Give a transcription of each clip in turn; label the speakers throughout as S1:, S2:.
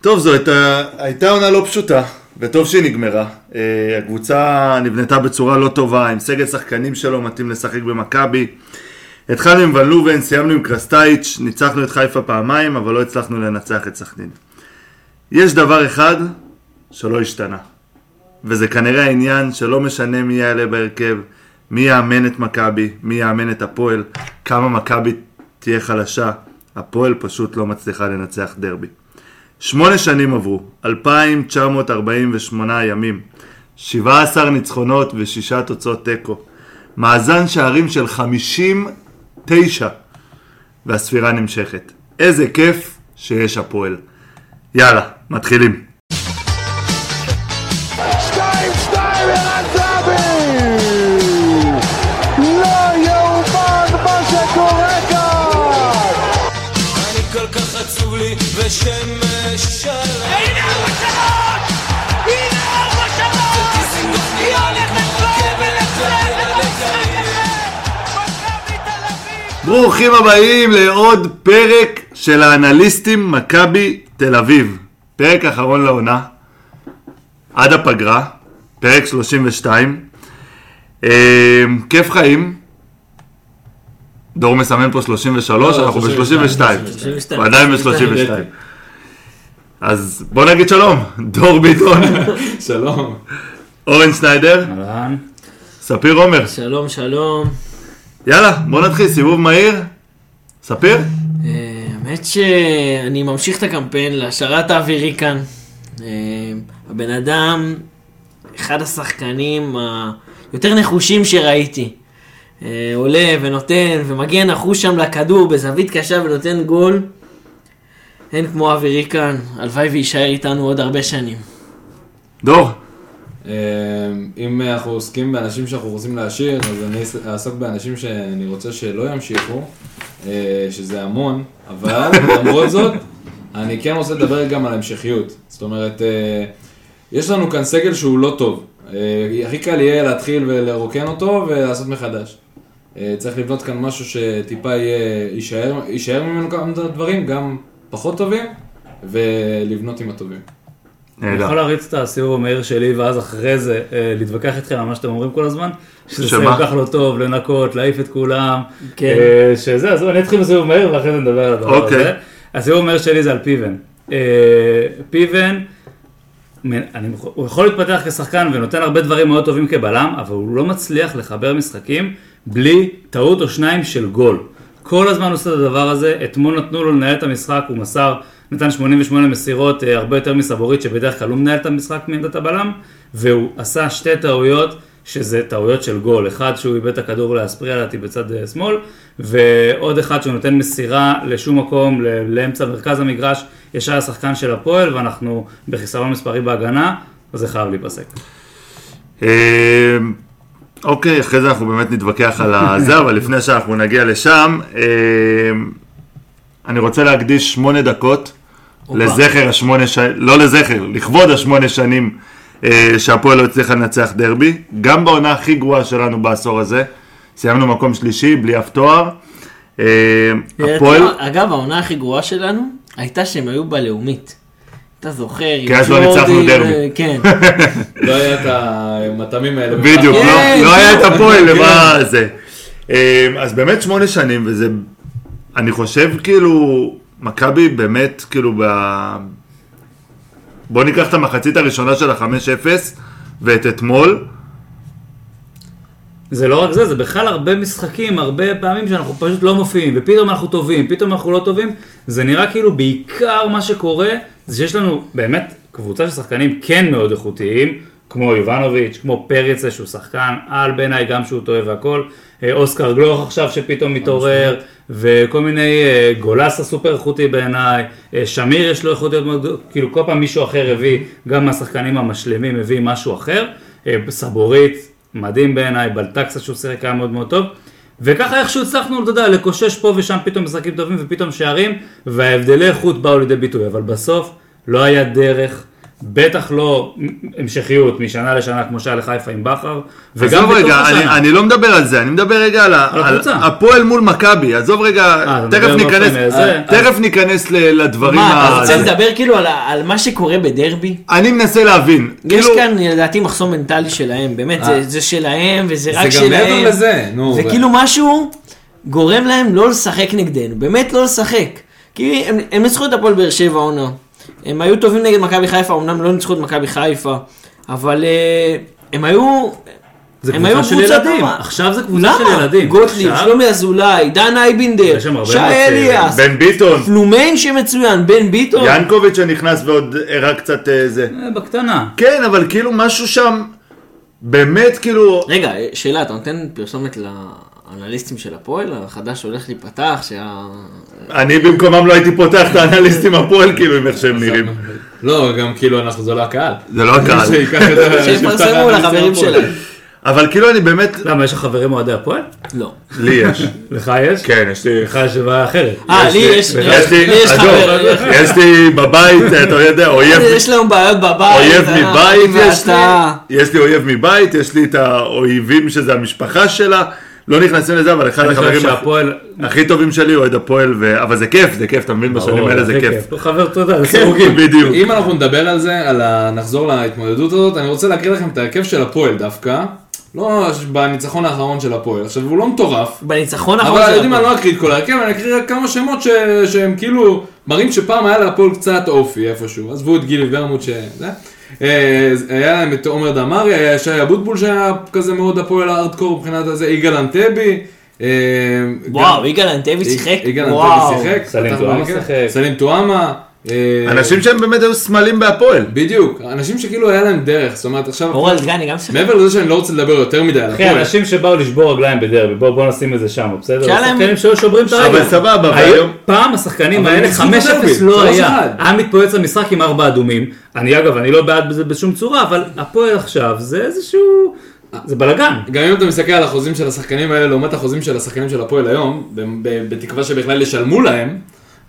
S1: טוב, זו הייתה, הייתה עונה לא פשוטה, וטוב שהיא נגמרה. אה, הקבוצה נבנתה בצורה לא טובה, עם סגל שחקנים שלא מתאים לשחק במכבי. התחלנו עם ון לובן, סיימנו עם קרסטייץ', ניצחנו את חיפה פעמיים, אבל לא הצלחנו לנצח את סכנין. יש דבר אחד שלא השתנה, וזה כנראה העניין שלא משנה מי יעלה בהרכב, מי יאמן את מכבי, מי יאמן את הפועל, כמה מכבי תהיה חלשה, הפועל פשוט לא מצליחה לנצח דרבי. שמונה שנים עברו, 2,948 ימים, 17 ניצחונות ושישה תוצאות תיקו, מאזן שערים של 59, והספירה נמשכת. איזה כיף שיש הפועל. יאללה, מתחילים.
S2: שתיים, שתיים, ערן זהבי! לא יאומן מה שקורה כאן!
S3: אני כל כך עצוב לי ושמש שלם
S4: הנה ארבע שלוש! הנה ארבע שלוש! היא הולכת להם ולצאת למשחק הזה! מכבי תל אביב!
S1: ברוכים הבאים לעוד פרק של האנליסטים מכבי תל אביב. פרק אחרון לעונה, עד הפגרה, פרק 32. אה, כיף חיים. דור מסמן פה 33,
S5: לא,
S1: אנחנו
S5: 32,
S1: ב-32.
S5: 32.
S1: הוא עדיין ב-32. אז בוא נגיד שלום, דור ביטון,
S5: שלום.
S1: אורן שניידר,
S5: אהלן.
S1: ספיר עומר.
S6: שלום, שלום.
S1: יאללה, בוא נתחיל, סיבוב מהיר. ספיר?
S6: אה, האמת שאני ממשיך את הקמפיין להשארת האווירי כאן. אה, הבן אדם, אחד השחקנים היותר נחושים שראיתי. אה, עולה ונותן ומגיע נחוש שם לכדור בזווית קשה ונותן גול. אין כמו אווירי כאן, הלוואי ויישאר איתנו עוד הרבה שנים.
S1: דור.
S5: אמ, אם אנחנו עוסקים באנשים שאנחנו רוצים להשאיר, אז אני אעסוק באנשים שאני רוצה שלא ימשיכו, אה, שזה המון, אבל למרות זאת, אני כן רוצה לדבר גם על המשכיות. זאת אומרת, אה, יש לנו כאן סגל שהוא לא טוב. אה, הכי קל יהיה להתחיל ולרוקן אותו ולעשות מחדש. אה, צריך לבנות כאן משהו שטיפה יהיה- יישאר יישאר ממנו כמה דברים, גם פחות טובים, ולבנות עם הטובים.
S7: אני
S1: נהדר.
S7: יכול להריץ את הסיבוב המהיר שלי, ואז אחרי זה אה, להתווכח איתכם על מה שאתם אומרים כל הזמן, שזה
S1: שמה?
S7: סבב כל כך לא טוב, לנקות, להעיף את כולם,
S6: כן.
S7: אה, שזה, אז אני אתחיל בסיבוב מהיר ואחרי זה נדבר על הדבר
S1: אוקיי.
S7: הזה. הסיבוב המהיר שלי זה על פיבן. אה, פיבן, מ- אני, הוא יכול להתפתח כשחקן ונותן הרבה דברים מאוד טובים כבלם, אבל הוא לא מצליח לחבר משחקים בלי טעות או שניים של גול. כל הזמן הוא עושה את הדבר הזה, אתמול נתנו לו לנהל את המשחק, הוא מסר, נתן 88 מסירות, אה, הרבה יותר מסבורית, שבדרך כלל הוא מנהל את המשחק מעמדת הבלם, והוא עשה שתי טעויות, שזה טעויות של גול, אחד שהוא איבד את הכדור לאספריאלטי בצד אה, שמאל, ועוד אחד שהוא נותן מסירה לשום מקום, ל- לאמצע מרכז המגרש, ישר השחקן של הפועל, ואנחנו בחיסרון מספרי בהגנה, אז זה חייב להיפסק.
S1: אה, אוקיי, אחרי זה אנחנו באמת נתווכח על הזה, אבל לפני שאנחנו נגיע לשם, אה, אני רוצה להקדיש שמונה דקות לזכר השמונה שנים, לא לזכר, לכבוד השמונה שנים אה, שהפועל לא הצליחה לנצח דרבי, גם בעונה הכי גרועה שלנו בעשור הזה, סיימנו מקום שלישי, בלי אף תואר. אה, הפועל,
S6: אגב, העונה הכי גרועה שלנו הייתה שהם היו בלאומית. אתה זוכר, עם
S1: כי אז לא ניצחנו
S6: ג'ורדי,
S1: דרבי.
S6: אה, כן.
S5: לא היה את המטעמים האלה. אה,
S1: בדיוק,
S6: כן,
S1: לא- לא היה את
S6: בדיוק.
S1: הפועל למה זה. אמ, אז באמת שמונה שנים, וזה, אני חושב כאילו, מכבי באמת, כאילו, ב... בוא ניקח את המחצית הראשונה של ה-5-0 ואת אתמול,
S7: זה לא רק זה, זה בכלל הרבה משחקים, הרבה פעמים שאנחנו פשוט לא מופיעים, ופתאום אנחנו טובים, פתאום אנחנו לא טובים, זה נראה כאילו בעיקר מה שקורה, זה שיש לנו באמת קבוצה של שחקנים כן מאוד איכותיים, כמו יובנוביץ', כמו פריצה שהוא שחקן על בעיניי, גם שהוא טועה והכל, אה, אוסקר גלוך עכשיו שפתאום מתעורר, וכל מיני, אה, גולסה סופר איכותי בעיניי, אה, שמיר יש לו איכותיות מאוד, גדול- כאילו כל פעם מישהו אחר הביא, גם מהשחקנים המשלימים הביא משהו אחר, אה, סבורית, מדהים בעיניי, בלטקסה שהוא שיחק היה מאוד מאוד טוב. וככה איכשהו הצלחנו, אתה יודע, לקושש פה ושם פתאום משחקים טובים ופתאום שערים, וההבדלי איכות באו לידי ביטוי, אבל בסוף לא היה דרך, בטח לא המשכיות משנה לשנה כמו שהיה לחיפה עם בכר, וגם
S1: עזוב
S7: בתוך
S1: רגע, אני,
S7: השנה.
S1: אני לא מדבר על זה, אני מדבר רגע על, ה- על
S7: הקבוצה.
S1: הפועל מול מכבי, עזוב רגע,
S7: אה, אתה
S1: תכף
S7: מדבר
S1: ניכנס,
S7: באופן, אה, זה.
S1: תכף ניכנס ל- לדברים,
S6: מה, אתה
S1: ה-
S6: רוצה
S1: זה.
S6: לדבר כאילו על ה- על מה שקורה בדרבי?
S1: אני מנסה להבין,
S6: יש
S1: כאילו,
S6: כאן לדעתי מחסום מנטלי שלהם,
S7: אה.
S6: באמת, זה- זה שלהם וזה רק
S5: זה
S6: שלהם.
S5: גם מעבר לזה, נו.
S6: זה
S5: ו-
S6: כאילו משהו גורם להם לא לשחק נגדנו, באמת לא לשחק. כי הם- הם ניצחו את הפועל באר שבע עונה. הם היו טובים נגד מכבי חיפה, אמנם לא ניצחו את מכבי חיפה, אבל אה, הם היו...
S7: זה
S6: הם
S7: קבוצה
S6: היו
S7: של
S6: קבוצה
S7: ילדים.
S6: טובה.
S7: עכשיו זה קבוצה של
S6: למה?
S7: ילדים.
S6: גוטליב,
S7: עכשיו-
S6: שלומי אזולאי, דן אייבינדר,
S7: יש שם הרבה
S6: שי
S7: מאוד צעירים.
S6: אליאס,
S1: בן ביטון,
S6: פלומיין שמצוין, בן ביטון.
S1: ינקוביץ' שנכנס ועוד הראה קצת אה, זה,
S7: אה, בקטנה.
S1: כן, אבל כאילו משהו שם, באמת כאילו,
S6: רגע, אה, שאלה, אתה נותן פרסומת לאנליסטים של הפועל, החדש שהולך להיפתח, שה...
S1: אני במקומם לא הייתי פותח את האנליסטים הפועל כאילו עם איך שהם נראים,
S5: לא, גם כאילו אנחנו, זה לא הקהל.
S1: זה לא הקהל,
S5: שייקח את ה- שיפתח
S6: שיפרסמו
S5: את
S6: לחברים
S5: הפועל.
S6: שלהם.
S1: אבל כאילו אני באמת,
S7: למה, יש לך חברים אוהדי הפועל?
S6: לא.
S1: לי יש,
S7: לך יש?
S1: כן, יש לי
S7: לך יש בעיה אחרת.
S6: אה, לי יש,
S1: יש לי,
S6: לי יש
S1: עזוב,
S6: חבר, אה,
S1: יש לי בבית, אתה יודע, אויב,
S6: יש לנו בעיות בבית.
S1: אויב
S6: אה,
S1: מבית יש לי,
S6: ואתה-
S1: יש לי אויב מבית, יש לי את האויבים שזה המשפחה שלה, לא נכנסים לזה, אבל אחד
S7: אני חושב
S1: החברים
S7: שהפועל...
S1: הכי טובים שלי אוהד הפועל, ו- אבל זה כיף, זה כיף, אתה מבין, בשנים האלה זה כיף.
S7: חבר תודה, זה
S1: כן,
S7: סירוגים.
S1: בדיוק.
S5: אם אנחנו נדבר על זה, על ה... נחזור להתמודדות הזאת, אני רוצה להקריא לכם את ההרכב של הפועל דווקא. לא בניצחון האחרון של הפועל. עכשיו, הוא לא מטורף,
S6: בניצחון האחרון
S5: אבל
S6: של
S5: יודעים מה, אני לא אקריא את כל ההרכב, אני אקריא רק כמה שמות ש... שהם כאילו מראים שפעם היה להפועל קצת אופי איפשהו. עזבו את גילי ורמוט ש... זה. אה, היה להם את עומר דמארי, היה שי אבוטבול שהיה כזה מאוד הפועל הארדקור מבחינת הזה, יגאל אנטבי. אה,
S6: וואו,
S5: גם-
S6: יגאל אנטבי שיחק?
S5: יגאל
S6: וואו.
S5: אנטבי שיחק.
S7: סלים
S5: פתח
S7: טועמה
S5: בהרכב.
S7: שיחק.
S5: סלים טועמה. אה,
S1: אנשים שהם באמת היו סמלים בהפועל.
S5: בדיוק, אנשים שכאילו היה להם דרך, זאת אומרת עכשיו,
S6: אורל דגני גם שיחק.
S5: מעבר לזה שאני לא רוצה לדבר יותר מדי על
S7: אחי,
S5: הפועל,
S7: אנשים שבאו לשבור רגליים בדרבי, בואו בואו נשים את זה שם, בסדר?
S6: שהיה להם-
S7: שחקנים שהיו שוברים את הרגל.
S1: אבל סבבה,
S7: היו-
S1: והיום...
S7: פעם השחקנים
S5: אבל
S7: האלה
S5: הם ניצחו
S7: 5-0
S5: בדרבי,
S7: לא
S5: שלוש
S7: היה.
S5: אחד.
S7: היה מתפוצץ למשחק עם ארבע אדומים. אני אגב, אני לא בעד בזה בשום צורה, אבל הפועל עכשיו זה איזשהו... זה בלאגן.
S5: גם אם אתה מסתכל על החוזים של השחקנים האלה לעומת החוזים של השחקנים של הפועל היום, ב- ב- בתקווה שבכלל ישלמו להם,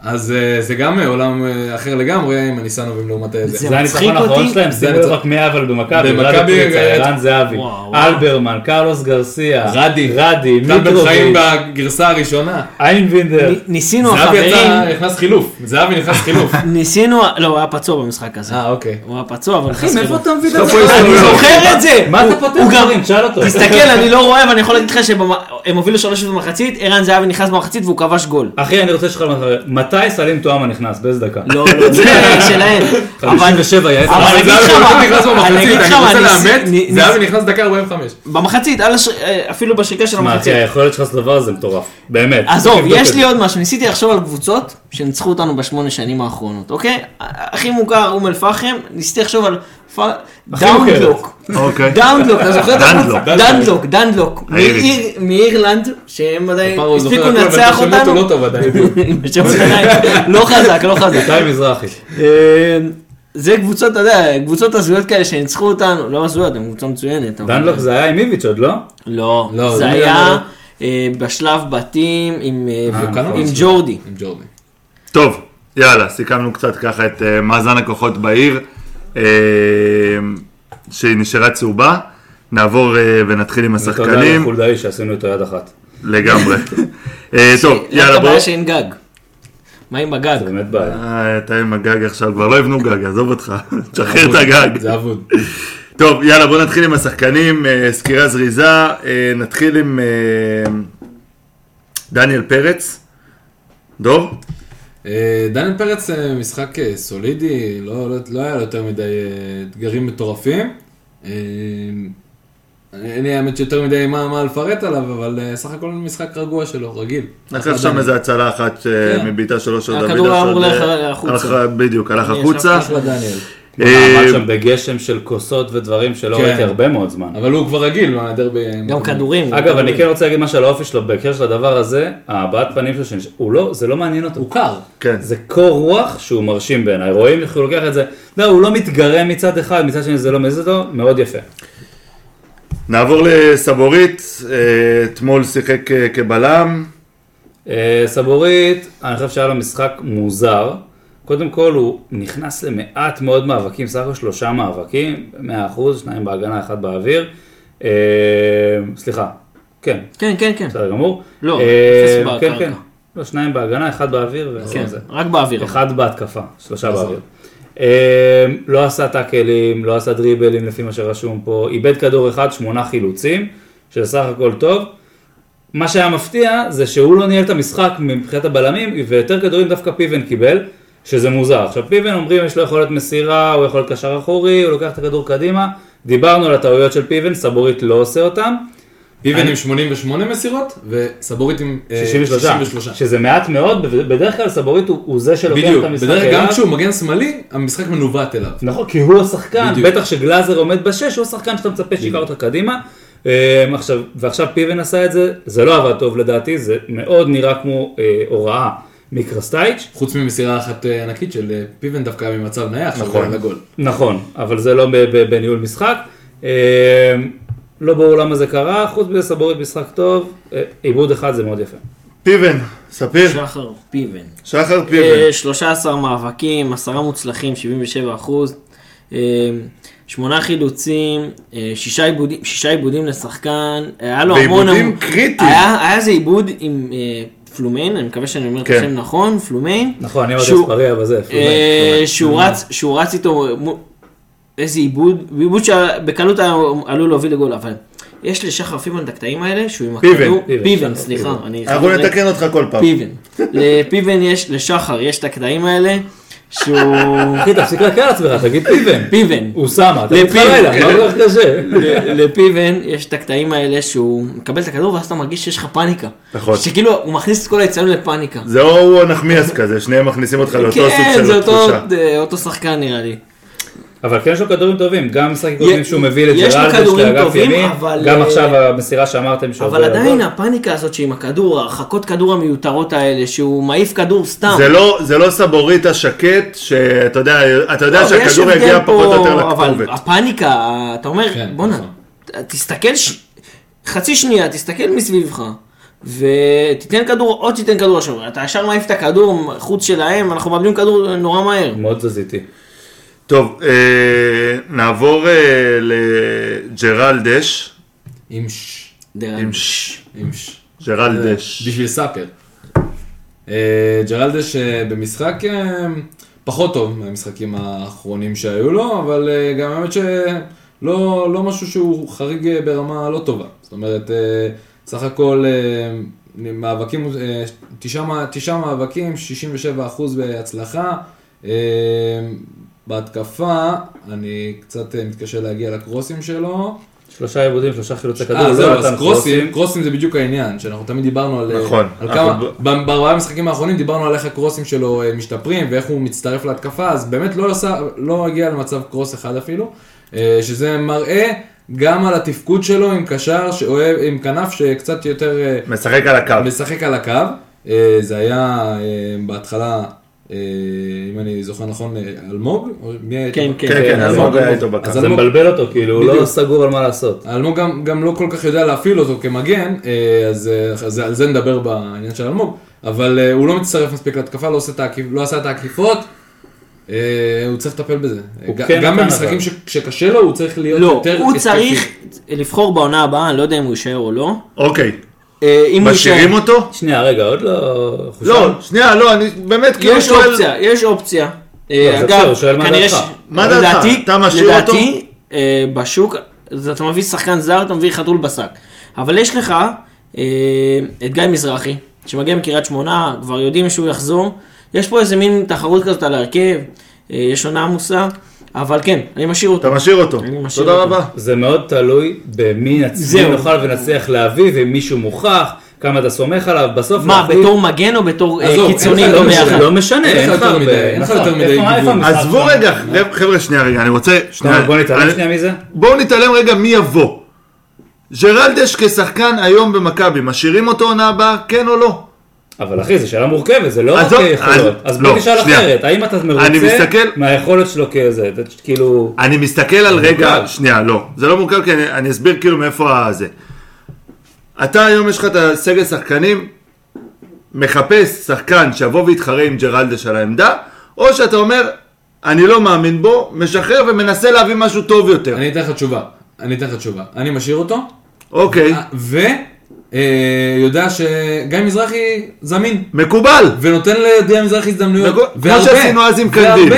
S5: אז אה, זה גם אה, עולם אה, אחר לגמרי עם הניסנובים לעומת אה, הזה.
S6: זה
S7: זה
S6: מצחיק
S7: הניצחון האחרון
S6: אותי.
S7: שלהם,
S5: זה
S7: שימו לב
S5: הניצחון.
S7: רק מי אבל במכבי,
S5: במכבי
S7: אלעד אקריצה,
S5: היה-
S7: ערן זהבי,
S6: וואו, וואו.
S7: אלברמן, קרלוס גרסיה,
S5: רדי.
S7: רדי,
S5: טל בן חיים
S7: מיטרוביץ',
S6: אה.
S5: בגרסה הראשונה.
S7: איינבינדר,
S6: נ- ניסינו
S5: זהבי
S6: החברים,
S5: יצא, נכנס חילוף. זהבי נכנס חילוף.
S6: ניסינו, לא, הוא היה פצוע במשחק הזה.
S5: אה, אוקיי.
S6: הוא היה פצוע, אבל
S7: אחי, מאיפה אתה מביא את
S5: לא,
S7: זה?
S5: פה יש-
S6: אני זוכר את זה!
S7: מה אתה
S6: הוא-
S7: פותח
S6: הוא גם-
S7: דברים? תשאל אותו.
S6: תסתכל, אני לא רואה, אבל אני יכול להגיד לך שהם הובילו שלוש במחצית, ערן זהבי נכנס במחצית והוא כבש גול.
S7: אחי, אני רוצה לשאול אותך, מתי סלים טועמה נכנס? באיזה דקה?
S6: לא, לא, זה שלהם. אבל
S7: 57 יעץ.
S6: אבל אני
S5: אבל
S6: אגיד לך
S5: זהבי
S6: מה,
S5: נכנס
S6: אני אגיד
S5: במחצית,
S6: לך
S5: אני
S6: מה,
S5: רוצה
S6: ניס-
S5: לאמת,
S6: ניס-
S5: זהבי נכנס דקה 45.
S6: במחצית, על הש- אה, אפילו בשריקה של
S7: מה, אחי,
S5: כן.
S6: המחצית.
S7: היכולת שלך לעשות דבר הזה מטורף. באמת.
S6: עזוב,
S7: תבדוק את
S6: יש
S7: זה.
S5: אוקיי.
S6: לי עוד משהו, ניסיתי לחשוב על קבוצות שניצחו אותנו בשמונה שנים האחרונות, אוקיי? הכי מוכר, אום אל פחם, ניסיתי לחשוב על פ- דאונדלוק.
S1: אוקיי.
S6: דאונדלוק, אתה זוכר את
S1: דנדלוק.
S6: הקבוצה? דנדלוק, דנדלוק,
S1: האירית.
S6: מאיר- מאירלנד, שהם עדיין
S5: פרו זוכר
S6: הספיקו
S5: הכל, אבל את
S6: לנצח
S5: השמות הוא
S6: אותנו.
S5: לא טוב עדיין.
S6: בשמות עדיין. לא חזק, לא חזק.
S7: איתי מזרחי.
S6: אה, זה קבוצות, אתה יודע, קבוצות הזויות כאלה שניצחו אותנו, לא הזויות, הן קבוצה מצוינת. אבל-
S7: דנלוק זה היה עם איביץ' עוד, לא?
S6: לא,
S5: לא,
S6: זה
S5: זה
S6: היה
S5: לא.
S6: אה, בשלב בתים עם אה,
S5: נכון.
S6: עם ג'ורדי.
S5: עם ג'ורדי.
S1: טוב, יאללה, סיכמנו קצת ככה את אה, מאזן הכוחות בעיר, אה, שהיא נשארה צהובה. נעבור אה, ונתחיל עם
S7: תודה
S1: השחקנים,
S7: לחולדאי שעשינו איתו יד אחת.
S1: לגמרי. אה, טוב, יאללה,
S6: רק הבעיה
S1: בואו.
S6: שאין גג. מה עם הגג?
S7: זה באמת בעיה.
S1: אה, אתה עם הגג עכשיו, כבר לא יבנו גג, עזוב אותך, תשחרר את הגג.
S5: זה אבוד.
S1: טוב, יאללה, בוא נתחיל עם השחקנים, אה, סקירה זריזה, אה, נתחיל עם אה, דניאל פרץ. דור?
S5: אה, דניאל פרץ אה, משחק אה, סולידי, לא, לא, לא היה לו יותר מדי אה, אתגרים מטורפים. אה, אין לי האמת שיותר מדי מה, מה לפרט עליו, אבל אה, סך הכל משחק רגוע שלו, רגיל.
S1: לקח שם איזה הצלה אחת אה,
S5: כן.
S1: מבעיטה שלו של דוד.
S6: הכדור היה
S1: אשר,
S6: אמור ללכת
S1: אה,
S6: החוצה.
S1: הלך- בדיוק, הלך
S6: אני
S1: החוצה.
S6: ישבתי
S5: אחלה דניאל.
S1: אה,
S7: עמד שם בגשם של כוסות ודברים שלא
S5: כן.
S7: ראיתי הרבה מאוד זמן.
S5: אבל הוא כבר רגיל, הדרבי... אה,
S6: גם כדורים.
S7: אגב, אני כן רוצה להגיד משהו על האופי שלו בהקשר של הדבר הזה, הבעת פנים שלו, שנש- הוא לא, זה לא מעניין אותו.
S5: הוא קר.
S1: כן.
S7: זה קור רוח שהוא מרשים בעיניי, רואים איך הוא לוקח את זה, לא, הוא לא מתגרה מצד אחד, מצד שני זה לא מזיז אותו, מאוד יפה.
S1: נעבור לסבורית, אה, אתמול שיחק אה, כבלם.
S7: אה, סבורית, אני חושב שהיה לו משחק מוזר, קודם כל, הוא נכנס למעט מאוד מאבקים, סך הכל שלושה מאבקים, 100%, שניים בהגנה, אחד באוויר. אה, סליחה, כן,
S6: כן, כן, כן.
S7: בסדר גמור.
S6: לא,
S7: אה,
S6: אפס בקרקע.
S7: כן, כן. לא, שניים בהגנה, אחד באוויר,
S6: כן,
S7: ואחר זה.
S6: רק באוויר.
S7: אחד בהתקפה, שלושה באוויר. אה, לא עשה טאקלים, לא עשה דריבלים לפי מה שרשום פה, איבד כדור אחד, שמונה חילוצים, שזה סך הכל טוב. מה שהיה מפתיע זה שהוא לא ניהל את המשחק מבחינת הבלמים, ויותר כדורים דווקא פיבן קיבל, שזה מוזר. עכשיו פיבן אומרים יש לו יכולת מסירה, הוא יכול להיות קשר אחורי, הוא לוקח את הכדור קדימה, דיברנו על הטעויות של פיבן, סבורית לא עושה אותן.
S5: פיבן עם 88 מסירות, וסבורית עם אה,
S7: 63, שזה מעט מאוד, בדרך כלל סבורית הוא, הוא זה שלוקח
S5: בדיוק,
S7: את המשחק
S5: בדרך כלל גם כשהוא מגן שמאלי, המשחק מנווט אליו.
S7: נכון, כי הוא השחקן,
S5: בדיוק.
S7: בדיוק. בטח שגלאזר עומד בשש, הוא השחקן שאתה מצפה שיקרא אותך קדימה. אה, עכשיו, ועכשיו פיבן עשה את זה, זה לא עבד טוב לדעתי, זה מאוד נראה כמו אה, הוראה מקרסטייץ'.
S5: חוץ ממסירה אחת אה, ענקית של אה, פיבן דווקא היה ממצב נייח, שזה
S7: נכון.
S5: היה לגול.
S7: נכון, אבל זה לא ב- ב- בניהול משחק. אה, לא ברור למה זה קרה, חוץ מזה סבורית משחק טוב, אה, עיבוד אחד זה מאוד יפה.
S1: פיבן, ספיר,
S6: שחר פיבן.
S1: שחר
S6: אה,
S1: פיבן.
S6: 13 מאבקים, 10 מוצלחים, 77 אחוז. 8 חילוצים, 6 עיבודים, שישה עיבודים לשחקן, היה לו המון...
S1: ועיבודים
S6: המון-
S1: קריטיים.
S6: היה היה איזה עיבוד עם אה, פלומיין, אני מקווה שאני אומר את
S1: כן.
S6: השם נכון, פלומיין.
S7: נכון, אני אמרתי
S6: שהוא-
S7: ספרי, אבל זה יפה.
S6: אה, שהוא
S7: Mm.
S6: רץ, שהוא רץ איתו, מו- איזה עיבוד, עיבוד שבקלות היה עלול להוביל לגול, אבל יש לשחר פיבן את הקטעים האלה, שהוא עם
S1: פיבן,
S6: הכדור,
S7: פיבן,
S6: פיבן,
S7: שחר
S6: סליחה,
S7: פיבן.
S6: אני
S1: אנחנו
S6: חייב ל-
S1: נתקן אותך כל פעם.
S6: פיבן. לפיבן יש, לשחר יש את הקטעים האלה, שהוא...
S7: אחי, תפסיק להקל על עצמך, תגיד פיבן.
S6: פיבן.
S7: הוא שמה, אתה
S6: לפיבן.
S7: מתחרה אליו, מה כל כך קשה?
S6: אה, לפיבן יש את הקטעים האלה שהוא מקבל את הכדור ואז אתה מרגיש שיש לך פאניקה.
S1: נכון.
S6: שכאילו הוא מכניס את כל היציון לפאניקה.
S1: זה או הוא או נחמיאס כזה, שניהם מכניסים אותך לאותו סוג
S6: כן,
S1: של
S6: זה אותו-
S1: תחושה.
S6: אה, אותו שחקן נראה לי.
S7: אבל כן יש לו כדורים טובים, גם משחקים קודמים שהוא מביא
S6: יש לו
S7: לג'רלדש
S6: כדורים
S7: לאגף
S6: טובים,
S7: ימין,
S6: אבל,
S7: גם
S6: אה,
S7: עכשיו המסירה שאמרתם שהוא
S6: אבל עדיין הפאניקה הזאת שעם הכדור, הרחקות כדור המיותרות האלה, שהוא מעיף כדור סתם.
S1: זה לא, זה לא סבורית השקט, שאתה יודע, אתה יודע
S6: אבל אה, לא, יש
S1: שהכדור
S6: הבדל
S1: יגיע
S6: פה,
S1: פחות או יותר
S6: אבל
S1: לכתובת.
S6: הפאניקה, אתה אומר,
S5: כן,
S6: בואנה,
S5: נכון.
S6: תסתכל, ש- חצי שנייה, תסתכל מסביבך. ותיתן כדור, או תיתן כדור לשומר, אתה ישר מעיף את הכדור, חוץ שלהם, אנחנו מאבדים כדור נורא מהר.
S7: מאוד תזזיתי.
S1: טוב, אה, נעבור אה, לג'רלדש,
S5: עם ש...
S6: דרן.
S1: עם ש...
S5: עם ש...
S1: ג'רלדש.
S5: אה, בשביל סאקר. אה, ג'רלדש אה, במשחק אה, פחות טוב מהמשחקים האחרונים שהיו לו, אבל אה, גם האמת שלא לא משהו שהוא חריג אה, ברמה לא טובה. זאת אומרת, אה, סך הכל אה, מאבקים, אה, תשעה מא- תשעה מאבקים, 67% בהצלחה. אה, בהתקפה, אני קצת אה, מתקשה להגיע לקרוסים שלו.
S7: שלושה עיבודים, שלושה חילוצי כדור,
S5: אה,
S7: לא
S5: זהו,
S7: נתן
S5: אז קרוסים,
S7: קרוסים.
S5: קרוסים זה בדיוק העניין, שאנחנו תמיד דיברנו על... אה,
S1: נכון.
S5: על
S1: אנחנו
S5: כמה,
S1: ב-
S5: ב- בארבעה המשחקים האחרונים דיברנו על איך הקרוסים שלו אה, משתפרים ואיך הוא מצטרף להתקפה, אז באמת לא, עשה, לא הגיע למצב קרוס אחד אפילו, אה, שזה מראה גם על התפקוד שלו עם קשר, שאוהב, עם כנף שקצת יותר... אה,
S1: משחק על הקו.
S5: משחק על הקו, אה, זה היה אה, בהתחלה, אה, אם אני זוכר נכון, אה, אלמוג? או מי היה איתו?
S6: כן, כן.
S1: כן, כן,
S5: אה,
S7: אז
S1: אלמוג היה
S5: אלמוג.
S1: איתו בקו.
S5: אז
S7: זה
S5: אלמוג-
S7: מבלבל אותו, כאילו, הוא
S5: בדיוק.
S7: לא סגור על מה לעשות.
S5: אלמוג גם, גם לא כל כך יודע להפעיל אותו כמגן, אה, אז, אה, אז על זה נדבר בעניין של אלמוג, אבל אה, הוא לא מצטרף מספיק להתקפה, לא, עושה את העקיפ- לא עשה את העקיפות, אה, הוא צריך לטפל בזה.
S7: הוא
S5: ג-
S7: כן
S5: גם
S7: נתן,
S5: במשחקים
S7: אבל.
S5: ש- שקשה לו, הוא צריך להיות
S6: לא,
S5: יותר
S6: הוא
S5: התקפי.
S6: צריך לבחור בעונה הבאה, אני לא יודע אם הוא יישאר או לא.
S1: אוקיי,
S6: אה, אם הוא יישאר...
S1: משאירים אותו?
S7: שנייה, רגע, עוד לא... חושב.
S1: לא, שנייה, לא, אני באמת כאילו
S6: יש
S1: שואל...
S6: אופציה, יש אופציה.
S7: לא,
S6: אה,
S7: זה בסדר, הוא
S6: אגב,
S7: שואל מה
S6: כנראה ש...
S7: דעתך.
S1: מה דעתך?
S6: לדעתי-
S1: אתה משאיר אותו?
S6: לדעתי, אה, בשוק, אז אתה מביא שחקן זר, אתה מביא חתול בשק. אבל יש לך אה, את גיא מזרחי, שמגיע מקריית שמונה, כבר יודעים שהוא יחזור. יש פה איזה מין תחרות כזאת על ההרכב, אה, יש עונה עמוסה, אבל כן, אני משאיר
S1: אתה
S6: אותו.
S1: משאיר אותו.
S6: אני משאיר
S1: תודה
S6: אותו.
S1: רבה.
S7: זה מאוד תלוי במי נצ-
S6: זהו.
S7: מי נוכל ונצליח להביא, ואם מישהו מוכח, כמה אתה סומך עליו, בסוף...
S6: מה,
S7: להחליט-
S6: בתור מגן או בתור אה,
S5: עזוב,
S6: קיצוני?
S5: אין לך
S6: לא
S5: יותר
S6: ביחד.
S7: לא משנה,
S5: אין לך יותר
S7: הרבה-
S5: מדי- אין לך
S7: נכון,
S5: יותר מדי
S7: איפה- איפה
S5: גיוון.
S7: המשחק
S1: עזבו
S7: שלנו?
S1: רגע, חבר'ה, שנייה רגע, אני רוצה... שנייה,
S7: בוא נתעלם
S1: אני-
S7: שנייה מזה.
S1: בואו נתעלם רגע מי יבוא. ג'רלדש כשחקן היום במכבי, משאירים אותו עונה הבאה, כן או לא?
S7: אבל אחי, זו שאלה מורכבת, זה לא רק
S1: עזוב,
S7: יכולות.
S1: אז-
S7: אז בוא
S1: לא,
S7: תשאל
S1: שנייה.
S7: אחרת, האם אתה
S1: אני
S7: מרוצה
S1: מסתכל-
S7: מהיכולת שלו כזה, אתה- כאילו...
S1: אני מסתכל על רגע,
S7: מורכב.
S1: שנייה, לא, זה לא מורכב, כי אני, אני אסביר כאילו מאיפה הזה. אתה היום יש לך את הסגל שחקנים, מחפש שחקן שיבוא ויתחרה עם ג'רלדש על העמדה, או שאתה אומר, אני לא מאמין בו, משחרר ומנסה להביא משהו טוב יותר.
S5: אני אתן לך תשובה. אני אתן לך תשובה. אני משאיר אותו,
S1: אוקיי,
S7: אה-
S5: ויודע שגיא מזרחי זמין.
S1: מקובל.
S5: ונותן לגיא מזרחי הזדמנויות.
S1: וכו- כמו
S5: והרבה,
S1: שעשינו אז עם
S5: והרבה.
S1: קנדיל.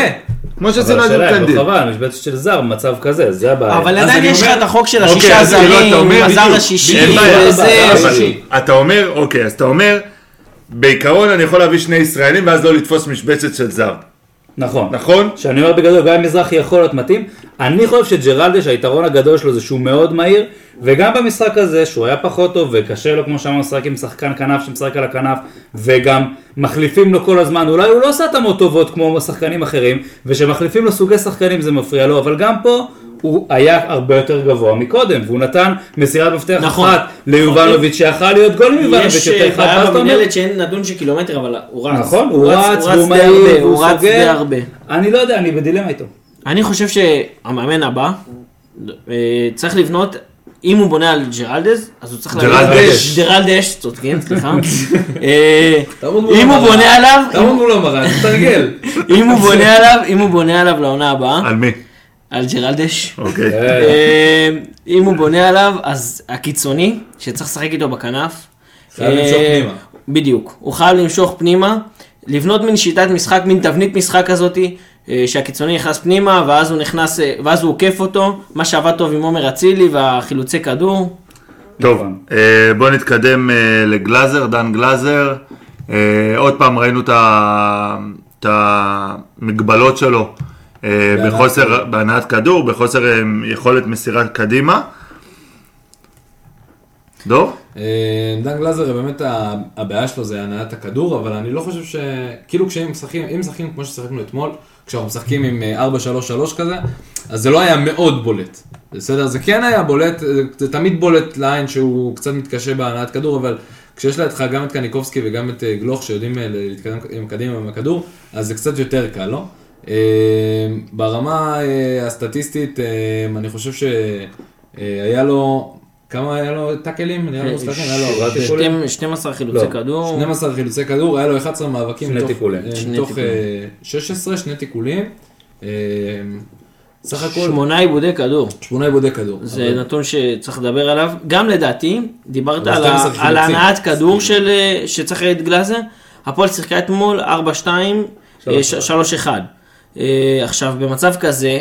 S1: כמו
S7: אבל
S1: שעשינו אז עם
S7: השאלה היא,
S1: קנדיל.
S7: לא חבל, משבצת של זר במצב כזה, זה הבעיה.
S8: אבל
S5: אז
S8: עדיין
S5: אני
S8: יש לך
S5: אומר-
S8: את החוק של
S1: אוקיי,
S8: השישה
S1: אז כאילו,
S8: זרים,
S1: אתה אומר
S8: הזר
S1: בדיוק,
S8: השישי,
S1: אין בעיה,
S8: וזה...
S1: אבל
S5: שישי.
S1: אתה אומר, אוקיי, אז אתה אומר, בעיקרון אני יכול להביא שני ישראלים ואז לא לתפוס משבצת של זר,
S7: נכון.
S1: נכון?
S7: שאני אומר בגדול, גם אם מזרחי יכול להיות מתאים, אני חושב שג'רלדש, היתרון הגדול שלו זה שהוא מאוד מהיר, וגם במשחק הזה, שהוא היה פחות טוב, וקשה לו, כמו שאמרנו, לשחק עם שחקן כנף שמשחק על הכנף, וגם מחליפים לו כל הזמן, אולי הוא לא עושה התאמות טובות כמו שחקנים אחרים, ושמחליפים לו סוגי שחקנים זה מפריע לו, אבל גם פה... הוא היה הרבה יותר גבוה מקודם, והוא נתן מסירת מפתח
S6: נכון.
S7: אחת ליובנוביץ' שיכול להיות גול מיובנוביץ'
S6: יש
S7: יותר
S6: אה,
S7: אחד, ואז
S6: בעיה
S7: אתה אומר,
S6: במנהלת שאין נדון של קילומטר, אבל הוא רץ.
S7: נכון, הוא רץ, והוא
S6: די הרבה,
S7: מהיר, והוא
S6: הוא רץ די
S7: סוגר.
S6: הרבה.
S7: אני לא יודע, אני בדילמה איתו.
S6: אני חושב שהמאמן הבא אה, צריך לבנות, אם הוא בונה על ג'רלדז, אז הוא צריך
S1: ג'רלדש.
S6: ג'רלדש, צודקים, סליחה. אה,
S5: תעמוד מול
S6: אם הוא
S5: המראה.
S6: בונה עליו,
S5: תעמוד
S6: אם-
S5: מול המראה, תתרגל.
S6: אם הוא בונה עליו, אם הוא בונה עליו לעונה הבאה,
S1: על מי?
S6: על ג'רלדש.
S1: אוקיי.
S6: אה, אם הוא בונה עליו, אז הקיצוני, שצריך לשחק איתו בכנף.
S5: חייב למשוך
S6: אה,
S5: פנימה.
S6: בדיוק, הוא חייב למשוך פנימה, לבנות מין שיטת משחק, מין תבנית משחק כזאתי, אה, שהקיצוני נכנס פנימה, ואז הוא נכנס, אה, ואז הוא עוקף אותו, מה שעבד טוב עם עומר אצילי והחילוצי כדור.
S1: טוב,
S7: נכון.
S1: אה, בוא נתקדם אה, לגלאזר, דן גלאזר. אה, עוד פעם ראינו את ה- את המגבלות שלו אה, בחוסר, בהנעת כדור, בחוסר אה, יכולת מסירה קדימה. דור?
S5: אה, דן גלאזר, באמת ה- הבעיה שלו זה הנעת הכדור, אבל אני לא חושב ש... כאילו כשהם משחקים, אם משחקים כמו ששיחקנו אתמול, כשאנחנו משחקים עם אה, 4-3-3 כזה, אז זה לא היה מאוד בולט. בסדר? זה כן היה בולט, אה, זה תמיד בולט לעין שהוא קצת מתקשה בהנעת כדור, אבל כשיש לידך גם את קניקובסקי וגם את אה, גלוך שיודעים אה, להתקדם עם קדימה עם הכדור, אז זה קצת יותר קל, לא? אה, ברמה אה, הסטטיסטית, אה, אני חושב שהיה לו... כמה היה לו טאקלים? לא נראה לי
S7: אה,
S5: הוא סטאקלים, היה לו ארבעה טיפולים.
S6: שתים- 12 חילוצי
S7: לא,
S6: כדור.
S5: 12 חילוצי כדור, היה לו 11 מאבקים
S7: שני
S5: מתוך-
S7: תיקולים.
S5: אה,
S6: שני
S5: מתוך
S6: תיקולים.
S5: אה, 16, שני תיקולים. אה, סך הכל
S6: שמונה עיבודי כדור,
S5: שמונה עיבודי כדור.
S6: זה
S5: אבל-
S6: נתון שצריך לדבר עליו. גם לדעתי, דיברת
S5: אבל
S6: על
S5: 12
S6: ה-
S5: חילוצים.
S6: על הנעת כדור של, אה, שצריך את גלאזר, הפועל שיחקה אתמול 4-2, אה, ש- 3-1. אה, עכשיו, במצב כזה,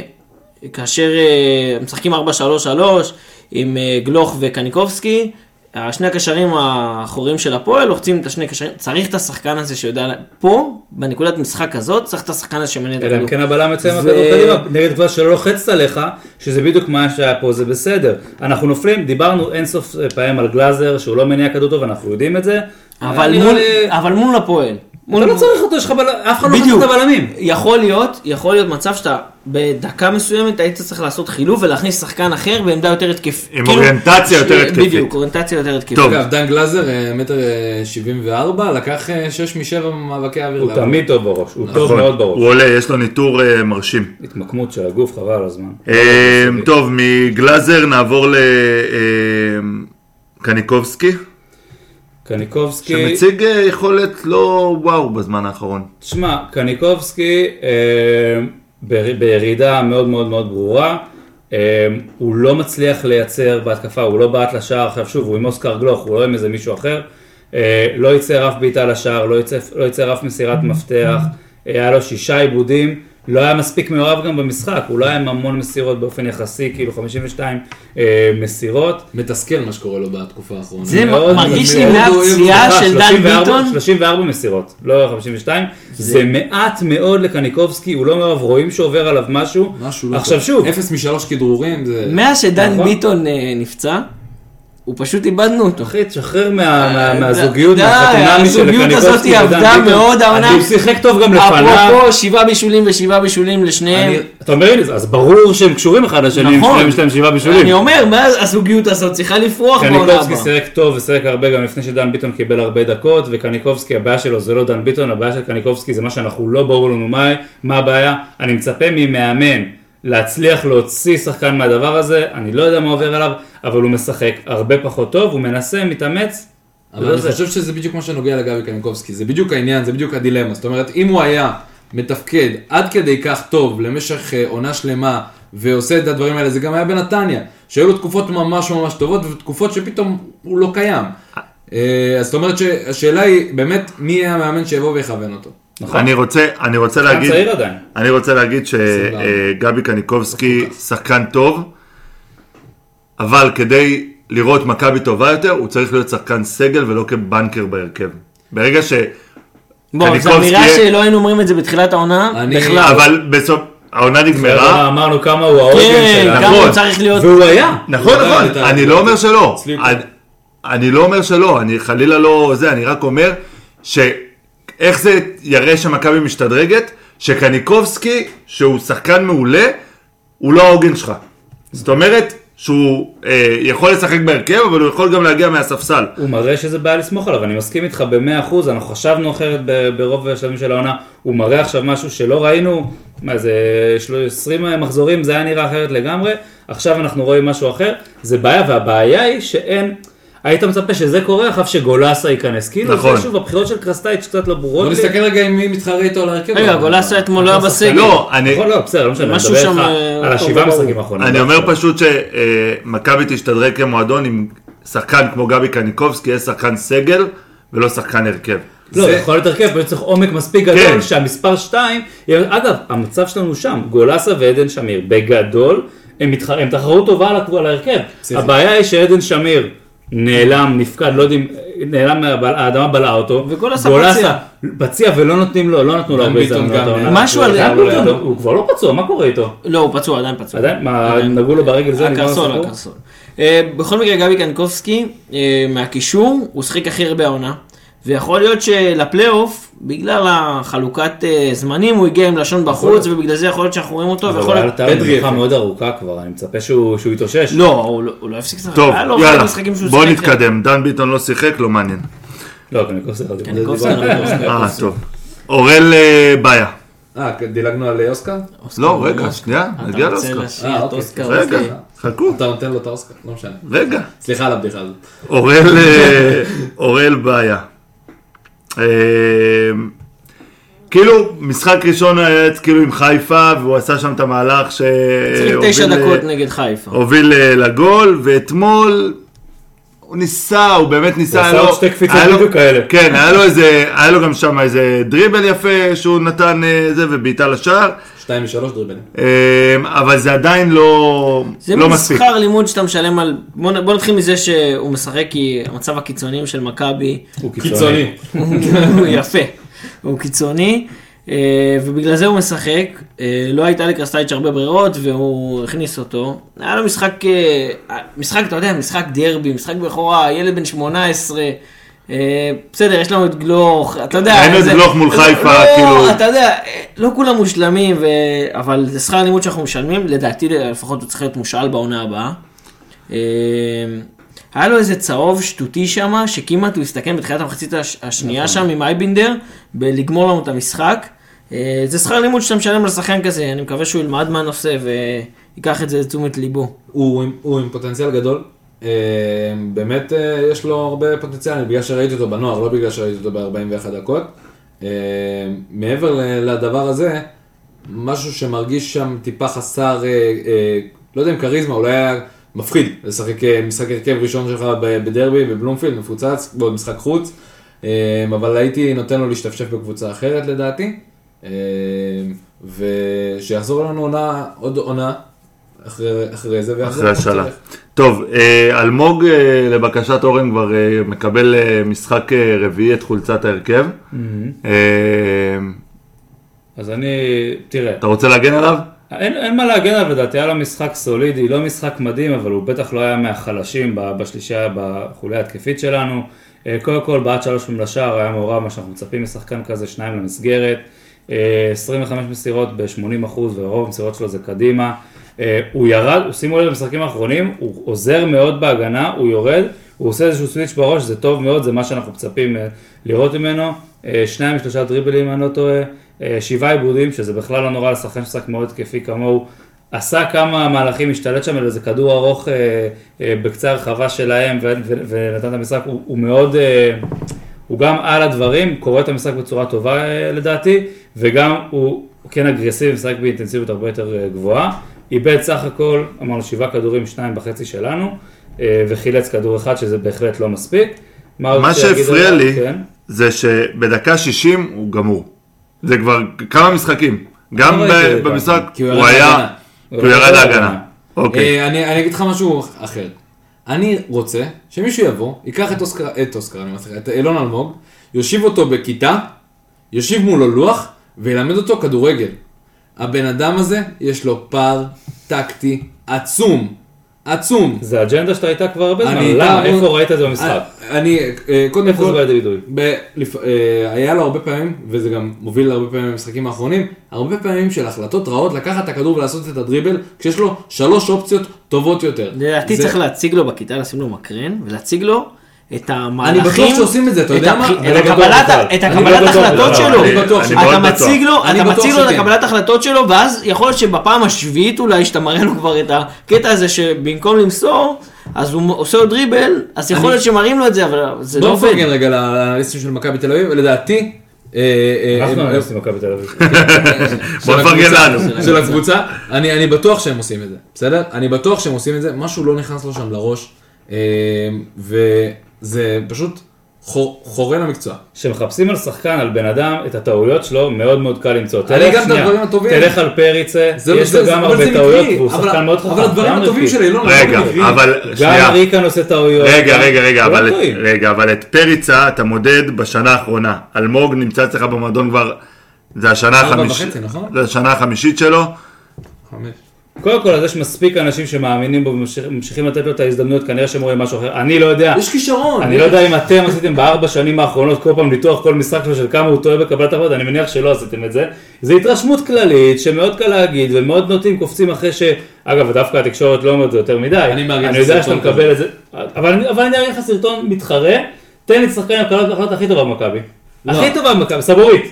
S6: כאשר אה, משחקים 4-3-3 עם אה, גלוך וקניקובסקי, השני הקשרים האחוריים של הפועל לוחצים את השני הקשרים, צריך את השחקן הזה שיודע, לה- פה, בנקודת משחק הזאת, צריך את השחקן הזה שמנהל את
S7: אלא אם
S6: הכדור.
S7: כן הבלם יוצא עם
S6: ו-
S7: הכדור קדימה, נגד קבוצה שלא לוחצת עליך, שזה בדיוק מה שהיה פה, זה בסדר. אנחנו נופלים, דיברנו אינסוף פעמים על גלאזר, שהוא לא מניע כדור טוב, אנחנו יודעים את זה.
S6: אבל
S7: נראה
S6: מול-
S7: לי-
S6: אבל מול הפועל.
S7: כן- לא- אתה לא צריך אותו, יש לך בל... אף אחד לא חושב
S6: בדיוק.
S7: את הבלמים.
S6: יכול להיות, יכול להיות מצב שאתה בדקה מסוימת היית צריך לעשות חילוף ולהכניס שחקן אחר בעמדה יותר התקפית. כאילו,
S1: עם אוריינטציה יותר התקפית.
S6: בדיוק, אוריינטציה יותר התקפית.
S1: טוב.
S5: אגב, דן גלאזר, אה, מטר אה, 74, לקח 6 מ-7 מאבקי האוויר.
S7: הוא
S5: לעבור.
S7: תמיד טוב בראש, הוא טוב
S1: נכון.
S7: מאוד
S1: הוא
S7: בראש.
S1: עולה, יש לו ניטור אה, מרשים.
S7: התמקמות של הגוף, חבל על הזמן.
S1: אה, טוב, מגלאזר נעבור אה, לקניקובסקי,
S7: קניקובסקי,
S1: שמציג אה, יכולת לא וואו בזמן האחרון.
S7: תשמע, קניקובסקי אה, בר- בירידה מאוד מאוד מאוד ברורה, אה, הוא לא מצליח לייצר בהתקפה, הוא לא בעט לשער, עכשיו שוב, הוא עם אוסקר גלוך, הוא לא עם איזה מישהו אחר, אה, לא ייצר אף בעיטה לשער, לא ייצר, לא ייצר אף מסירת מפתח, אה, היה לו שישה עיבודים, לא היה מספיק מעורב גם במשחק, הוא לא היה עם המון מסירות באופן יחסי, כאילו 52 אה, מסירות.
S5: מתסכל מה שקורה לו בתקופה האחרונה.
S6: זה
S7: מאוד
S6: מרגיש לי
S7: מאוד
S6: מעט
S5: אוהב
S6: פציעה
S7: סליחה,
S6: של דן
S7: 34
S6: ביטון.
S7: 34 מסירות, לא 52. זה מעט מאוד לקניקובסקי, הוא לא מעורב, רואים שעובר עליו משהו.
S5: משהו לא
S7: עכשיו
S5: טוב.
S7: שוב,
S5: 0 מ-3 כדרורים, זה...
S6: מאז שדן
S7: נכון.
S6: ביטון אה, נפצע, הוא פשוט איבדנו אותו.
S7: אחי, תשחרר מה- מה-
S6: די,
S7: מהזוגיות,
S6: אה, די,
S7: מהחתונמי של
S6: הזוגיות הזאת
S7: לקניקובסקי. ודן
S6: עבדה
S7: ביטון.
S6: מאוד העונה.
S7: הוא שיחק טוב גם לפניו.
S6: אפרופו שבעה בישולים ושבעה בישולים לשניהם.
S5: אני-
S7: אתה אומר לי, אז ברור שהם קשורים אחד לשני,
S6: נכון.
S7: נכון. יש להם שבעה בישולים.
S6: אני אומר, מה הזוגיות הזאת צריכה לפרוח בעונה
S7: קניקובסקי
S6: הבאה.
S7: שיחק טוב ושיחק הרבה גם לפני שדן ביטון קיבל הרבה דקות וקניקובסקי הבעיה שלו זה לא דן ביטון הבעיה של קניקובסקי זה מה שאנחנו לא ברור לנו מה, מה הבעיה אני מצפה ממאמן להצליח להוציא שחקן מהדבר הזה אני לא יודע מה עובר עליו אבל הוא משחק הרבה פחות טוב הוא מנסה מתאמץ
S5: אבל
S7: לא
S5: אני
S7: זה.
S5: חושב שזה בדיוק מה שנוגע לגבי קניקובסקי, זה בדיוק העניין, זה בדיוק הדילמה. זאת אומרת, אם הוא היה מתפקד עד כדי כך טוב למשך אה, עונה שלמה ועושה את הדברים האלה, זה גם היה בנתניה, שהיו לו תקופות ממש ממש טובות ותקופות שפתאום הוא לא קיים. אה, אז זאת אומרת שהשאלה היא באמת מי יהיה המאמן שיבוא ויכוון אותו.
S1: אני רוצה, אני רוצה להגיד,
S7: נכון. צעיר עדיין. לא
S1: אני רוצה להגיד שגבי קניקובסקי שחקן טוב, אבל כדי לראות מכבי טובה יותר, הוא צריך להיות שחקן סגל ולא כבנקר בהרכב. ברגע ש...
S6: בוא, זו
S1: קניקובסקי-
S6: אמירה שלא היינו אומרים את זה בתחילת העונה,
S5: אני-
S6: בכלל.
S1: אבל בסוף, העונה נגמרה.
S7: אמרנו כמה הוא העוגן
S6: כן,
S7: שלנו.
S6: כמה
S1: נכון.
S6: הוא צריך להיות...
S7: והוא היה.
S1: נכון,
S5: הוא
S1: נכון,
S5: עדיין את
S1: אני
S5: ה-
S1: לא אומר שלא.
S5: אצלי
S1: אני- אני לא אומר שלא, אני חלילה לא זה, אני רק אומר שאיך זה יראה שמכבי משתדרגת, שקניקובסקי, שהוא שחקן מעולה, הוא לא העוגן שלך. זאת אומרת שהוא אה, יכול לשחק בהרכב, אבל הוא יכול גם להגיע מהספסל.
S7: הוא מראה שזה בעיה לסמוך עליו, אני מסכים איתך במאה אחוז, אנחנו חשבנו אחרת ב- ברוב השלבים של העונה, הוא מראה עכשיו משהו שלא ראינו, מה זה, של- 20 מחזורים, זה היה נראה אחרת לגמרי, עכשיו אנחנו רואים משהו אחר, זה בעיה, והבעיה היא שאין, היית מצפה שזה קורה אחריו שגולסה ייכנס, כאילו
S1: נכון.
S7: זה שוב, הבחירות של קרסטייץ' קצת לא
S5: בוא
S7: ברורות לי,
S5: נסתכל רגע עם מי מתחרה איתו על ההרכב.
S6: רגע, גולסה אתמול לא היה בסגל.
S1: לא, אני,
S7: נכון, לא, בסדר, לא משנה, אני
S6: משהו
S7: מדבר
S6: שם,
S7: איתך
S6: אה,
S7: על
S6: לא
S7: השבעה
S6: ברור.
S7: משחקים האחרונים.
S1: אני
S7: לא
S1: אומר
S7: עכשיו.
S1: פשוט שמכבי תשתדרג כמועדון עם שחקן כמו גבי קניקובסקי, יהיה שחקן סגל ולא שחקן הרכב.
S7: לא,
S5: זה-
S7: זה יכול להיות הרכב, פשוט צריך עומק מספיק גדול,
S1: כן.
S7: שהמספר 2, אגב, המצב שלנו שם, גולסה ועדן שמיר, בגדול, הם, מתחר... הם תחרות טובה על הקבוע- על ההרכב.
S5: צריך.
S7: הבעיה היא שעדן שמיר נעלם, נפקד, לא יודעים, נעלם, מהבל- האדמה בלעה אותו.
S6: וגולסה פציע.
S7: פציע ולא נותנים לו, לא נתנו לו
S5: דן
S7: הרבה
S5: ביטון
S7: הזדמנויות.
S5: גם
S7: העונה.
S5: נעלם.
S6: משהו על-
S7: דן
S6: אבל
S7: ביטון,
S5: אדום.
S7: הוא כבר לא פצוע, מה קורה איתו?
S6: לא, הוא פצוע, עדיין פצוע.
S7: עדיין,
S6: אה,
S7: מה, נגעו לו ברגל זה, לא נגמר
S6: הקרסול,
S7: הסיפור?
S6: הקרסול. אה, בכל מקרה, גבי קנקובסקי, אה, מהקישור, הוא שחק הכי הרבה העונה, ויכול להיות שלפלייאוף, בגלל החלוקת אה, זמנים, הוא הגיע עם לשון בחוץ, ובגלל זה יכול להיות שאנחנו רואים אותו,
S7: אבל
S6: ויכול
S7: הוא היה
S6: להיות...
S7: לתאר
S5: פדרי
S7: מנוחה
S5: יפה.
S7: מאוד ארוכה כבר, אני מצפה שהוא שהוא יתאושש.
S6: לא, הוא לא- הוא לא הפסיק לשחק.
S1: טוב,
S6: היה לו
S1: יאללה,
S6: כמה משחקים שהוא
S1: בואו
S6: שיחק. כן.
S1: נתקדם. דן ביטון לא שיחק, לא מעניין.
S7: לא, קניקובסקי, לא,
S6: קניקובסקי,
S7: דיברנו.
S6: קניקובסקי.
S1: אה, טוב. אורל אה, בעיה.
S5: אה, דילגנו על אוסקר?
S1: לא, רגע, שנייה, נגיע
S6: אתה רוצה
S1: לאוסקר.
S6: להשאיר
S5: אה,
S6: את
S5: אוקיי.
S6: אוסקר?
S1: רגע,
S6: אוקיי.
S1: חכו,
S5: אתה נותן לו את האוסקר? לא משנה.
S1: רגע.
S5: סליחה על הבדיחה הזאת.
S1: אורל, אה, אורל בעיה. אה, כאילו, משחק ראשון היה כאילו עם חיפה, והוא עשה שם את המהלך אה, ש...
S6: צריך תשע
S1: אוקיי,
S6: דקות נגד חיפה.
S1: הוביל אה, לגול, ואתמול הוא ניסה, הוא באמת ניסה,
S7: הוא
S1: היה
S7: עשה
S1: לו-
S7: עוד שתי קפיצות
S1: היה לו-
S7: בדיוק כאלה.
S1: כן, היה לו איזה, היה לו גם שם איזה דריבל יפה שהוא נתן אה, זה, ובעיטה לשער,
S5: שתיים משלוש דריבלים.
S1: אה, אבל זה עדיין לא,
S6: זה
S1: לא מספיק.
S6: משכר לימוד שאתה משלם על... בוא נ- בוא נתחיל מזה שהוא משחק כי המצב הקיצוניים של מכבי
S7: הוא קיצוני.
S5: קיצוני.
S6: הוא יפה, הוא קיצוני, אה, ובגלל זה הוא משחק. אה, לא הייתה לקרסטייץ' הרבה ברירות, והוא הכניס אותו. היה לו משחק, אה, משחק, אתה יודע, משחק דרבי, משחק בכורה, ילד בן 18. אה, בסדר, יש לנו את גלוך, אתה יודע...
S1: ראינו את
S6: זה-
S1: גלוך מול
S6: לא,
S1: חיפה,
S6: לא,
S1: כאילו.
S6: אתה יודע, אה, לא כולם מושלמים, ו... אבל זה שכר הלימוד שאנחנו משלמים, לדעתי לפחות הוא צריך להיות מושאל בעונה הבאה. אה, היה לו איזה צהוב שטותי שם, שכמעט הוא הסתכן בתחילת המחצית הש- השנייה שם עם אייבינדר, בלגמור לנו את המשחק. אה, זה שכר לימוד שאתה משלם לשחקן כזה, אני מקווה שהוא ילמד מהנושא ויקח את זה לתשומת ליבו.
S5: הוא עם- הוא עם פוטנציאל גדול. אה, באמת אה, יש לו הרבה פוטנציאל, בגלל שראיתי אותו בנוער, לא בגלל שראיתי אותו ב-41 דקות. אה, מעבר ל- לדבר הזה, משהו שמרגיש שם טיפה חסר, אה, אה, לא יודע אם כריזמה, אולי היה מפחיד לשחק אה, משחק הרכב ראשון שלך ב- בדרבי, בבלומפילד, מפוצץ, בעוד משחק חוץ. אה, אבל הייתי נותן לו להשתפשף בקבוצה אחרת לדעתי. אה, ושיחזור לנו עונה, עוד עונה, אחרי, אחרי זה, ויחזור
S1: אחרי
S5: כמו
S1: השאלה.
S5: שצריך.
S1: טוב, אה, אלמוג אה, לבקשת אורן כבר אה, מקבל אה, משחק אה, רביעי את חולצת ההרכב. אה,
S7: אז אני, תראה,
S1: אתה רוצה להגן עליו?
S7: אין, אין מה להגן עליו לדעתי, היה לו משחק סולידי, לא משחק מדהים, אבל הוא בטח לא היה מהחלשים ב- בשלישייה, בחוליה ההתקפית שלנו. אה, קודם כל, בעד שלוש מן לשער היה מעורב, מה שאנחנו מצפים משחקן כזה, שניים למסגרת. אה, 25 מסירות ב-80 אחוז, ורוב המסירות שלו זה קדימה. אה, הוא ירד, הוא- שימו לב במשחקים האחרונים, הוא עוזר מאוד בהגנה, הוא יורד, הוא עושה איזשהו סוויץ' בראש, זה טוב מאוד, זה מה שאנחנו מצפים אה, לראות ממנו. אה, שניים משלושה דריבלים, אני לא טועה. אה, שבעה עיבודים, שזה בכלל לא נורא לשחקן ששחק מאוד התקפי כמוהו. עשה כמה מהלכים, השתלט שם על איזה כדור ארוך אה, אה, בקצה הרחבה שלהם, ו- ו- ונתן את המשחק, הוא, הוא מאוד... אה, הוא גם על הדברים, קורא את המשחק בצורה טובה אה, לדעתי, וגם הוא כן אגרסיבי, משחק באינטנסיביות הרבה יותר אה, גבוהה. איבד סך הכל, אמרנו שבעה כדורים, שניים וחצי שלנו, אה, וחילץ כדור אחד, שזה בהחלט לא מספיק. עוד
S1: מה
S7: רציתי להגיד
S1: שהפריע
S7: עליו?
S1: לי,
S7: כן.
S1: זה שבדקה 60 הוא גמור. זה כבר כמה משחקים. גם
S7: לא
S1: ב-
S7: ראיתי את זה
S1: במשחק
S5: כי הוא
S1: הוא
S5: ירד
S1: היה,
S5: להגנה.
S1: כי הוא ירד להגנה. אוקיי.
S5: אה, אני אני אגיד לך משהו אחר. אני רוצה שמישהו יבוא, ייקח את אוסקר, את אוסקר, אני מצחיק, את אילון אלמוג, יושיב אותו בכיתה, יושיב מולו לוח, וילמד אותו כדורגל. הבן אדם הזה, יש לו פער טקטי עצום. עצום.
S7: זה אג'נדה שאתה הייתה כבר הרבה זמן,
S5: אני
S7: למה?
S5: איתה-
S7: איפה ראית את זה במשחק?
S5: אני, אה, קודם
S7: איפה זה בא
S5: כל,
S7: לידי ביטוי?
S5: ב- לפ- אה, היה לו הרבה פעמים, וזה גם מוביל להרבה פעמים במשחקים האחרונים, הרבה פעמים של החלטות רעות לקחת את הכדור ולעשות את הדריבל, כשיש לו שלוש אופציות טובות יותר.
S6: לדעתי
S5: זה-
S6: צריך להציג לו בכיתה, לשים לו מקרן, ולהציג לו את המהלכים.
S5: אני בטוח שעושים את זה, אתה
S6: את
S5: יודע מה?
S6: הבח-
S5: אני
S6: את
S5: לא בטוח
S6: הקבלת ה-
S7: בכלל.
S6: את
S7: אני
S6: הקבלת
S7: לא בטוח
S6: החלטות
S7: בכלל.
S6: שלו.
S5: אני בטוח
S1: אני
S5: ש...
S1: מאוד
S6: אתה
S1: בטוח.
S6: מציג לו,
S5: אני
S6: אתה
S5: בטוח
S6: מציג לו את
S5: שכן.
S6: הקבלת החלטות שלו, ואז יכול להיות שבפעם השביעית אולי שאתה מראה לו כבר את הקטע הזה שבמקום למסור, אז הוא עושה לו דריבל, אז יכול
S5: אני-
S6: להיות שמראים לו את זה, אבל זה לא
S5: בואו
S6: עובד.
S5: נפרגן רגע לאנליסטים של מכבי תל אביב, לדעתי... אה, אה,
S7: אנחנו
S5: אה,
S7: נכנסים למכבי תל אביב.
S1: בוא
S5: של
S1: נפרגן
S5: הקבוצה-
S1: לנו.
S5: של הקבוצה, אני אני בטוח שהם עושים את זה, בסדר? אני בטוח שהם עושים את זה, משהו לא נכנס לו שם לראש, אה, וזה פשוט חור- חורה למקצוע.
S7: כשמחפשים על שחקן, על בן אדם, את הטעויות שלו, מאוד מאוד קל למצוא.
S5: אני
S7: תלך
S5: גם את
S7: שנייה,
S5: הדברים הטובים.
S7: תלך על פריצה,
S5: זה- לא
S7: יש
S5: זה-
S7: לו
S5: זה-
S7: גם
S5: אבל זה
S7: הרבה
S5: מקרי,
S7: טעויות, והוא
S5: אבל-
S7: שחקן מאוד חכם.
S5: אבל הדברים
S7: גם
S5: הטובים
S7: רפי.
S5: של אילון,
S1: רגע,
S5: הם לא
S1: אבל שנייה.
S7: גם ריקן עושה טעויות.
S1: רגע,
S7: גם-
S1: רגע, רגע,
S7: כולם
S1: אבל את-
S7: טועים.
S1: רגע, אבל את פריצה אתה מודד בשנה האחרונה. אלמוג נמצא אצלך במועדון כבר, זה השנה
S5: ארבע
S1: החמישית,
S5: וחצי, נכון?
S1: זה השנה החמישית שלו.
S5: חמש.
S7: קודם כל, אז יש מספיק אנשים שמאמינים בו וממשיכים ממשיכים לתת לו את ההזדמנויות, כנראה שהם רואים משהו אחר. אני לא יודע.
S5: יש כישרון.
S7: אני לא יודע אם אתם עשיתם בארבע שנים האחרונות כל פעם ניתוח כל משחק שלו של כמה הוא טועה בקבלת החלטות, אני מניח שלא עשיתם את זה. זו התרשמות כללית שמאוד קל להגיד ומאוד נוטים קופצים אחרי ש... אגב, דווקא התקשורת לא אומרת זה יותר מדי.
S5: אני מארגן את
S7: אני יודע שאתה
S5: הסרטון
S7: מקבל את זה. אבל אני- אבל אני אראה לך סרטון מתחרה, תן לי את שחקן עם קבלת ההחלטות הכי טובה במכבי. הכי טובה במכבי, סבורית.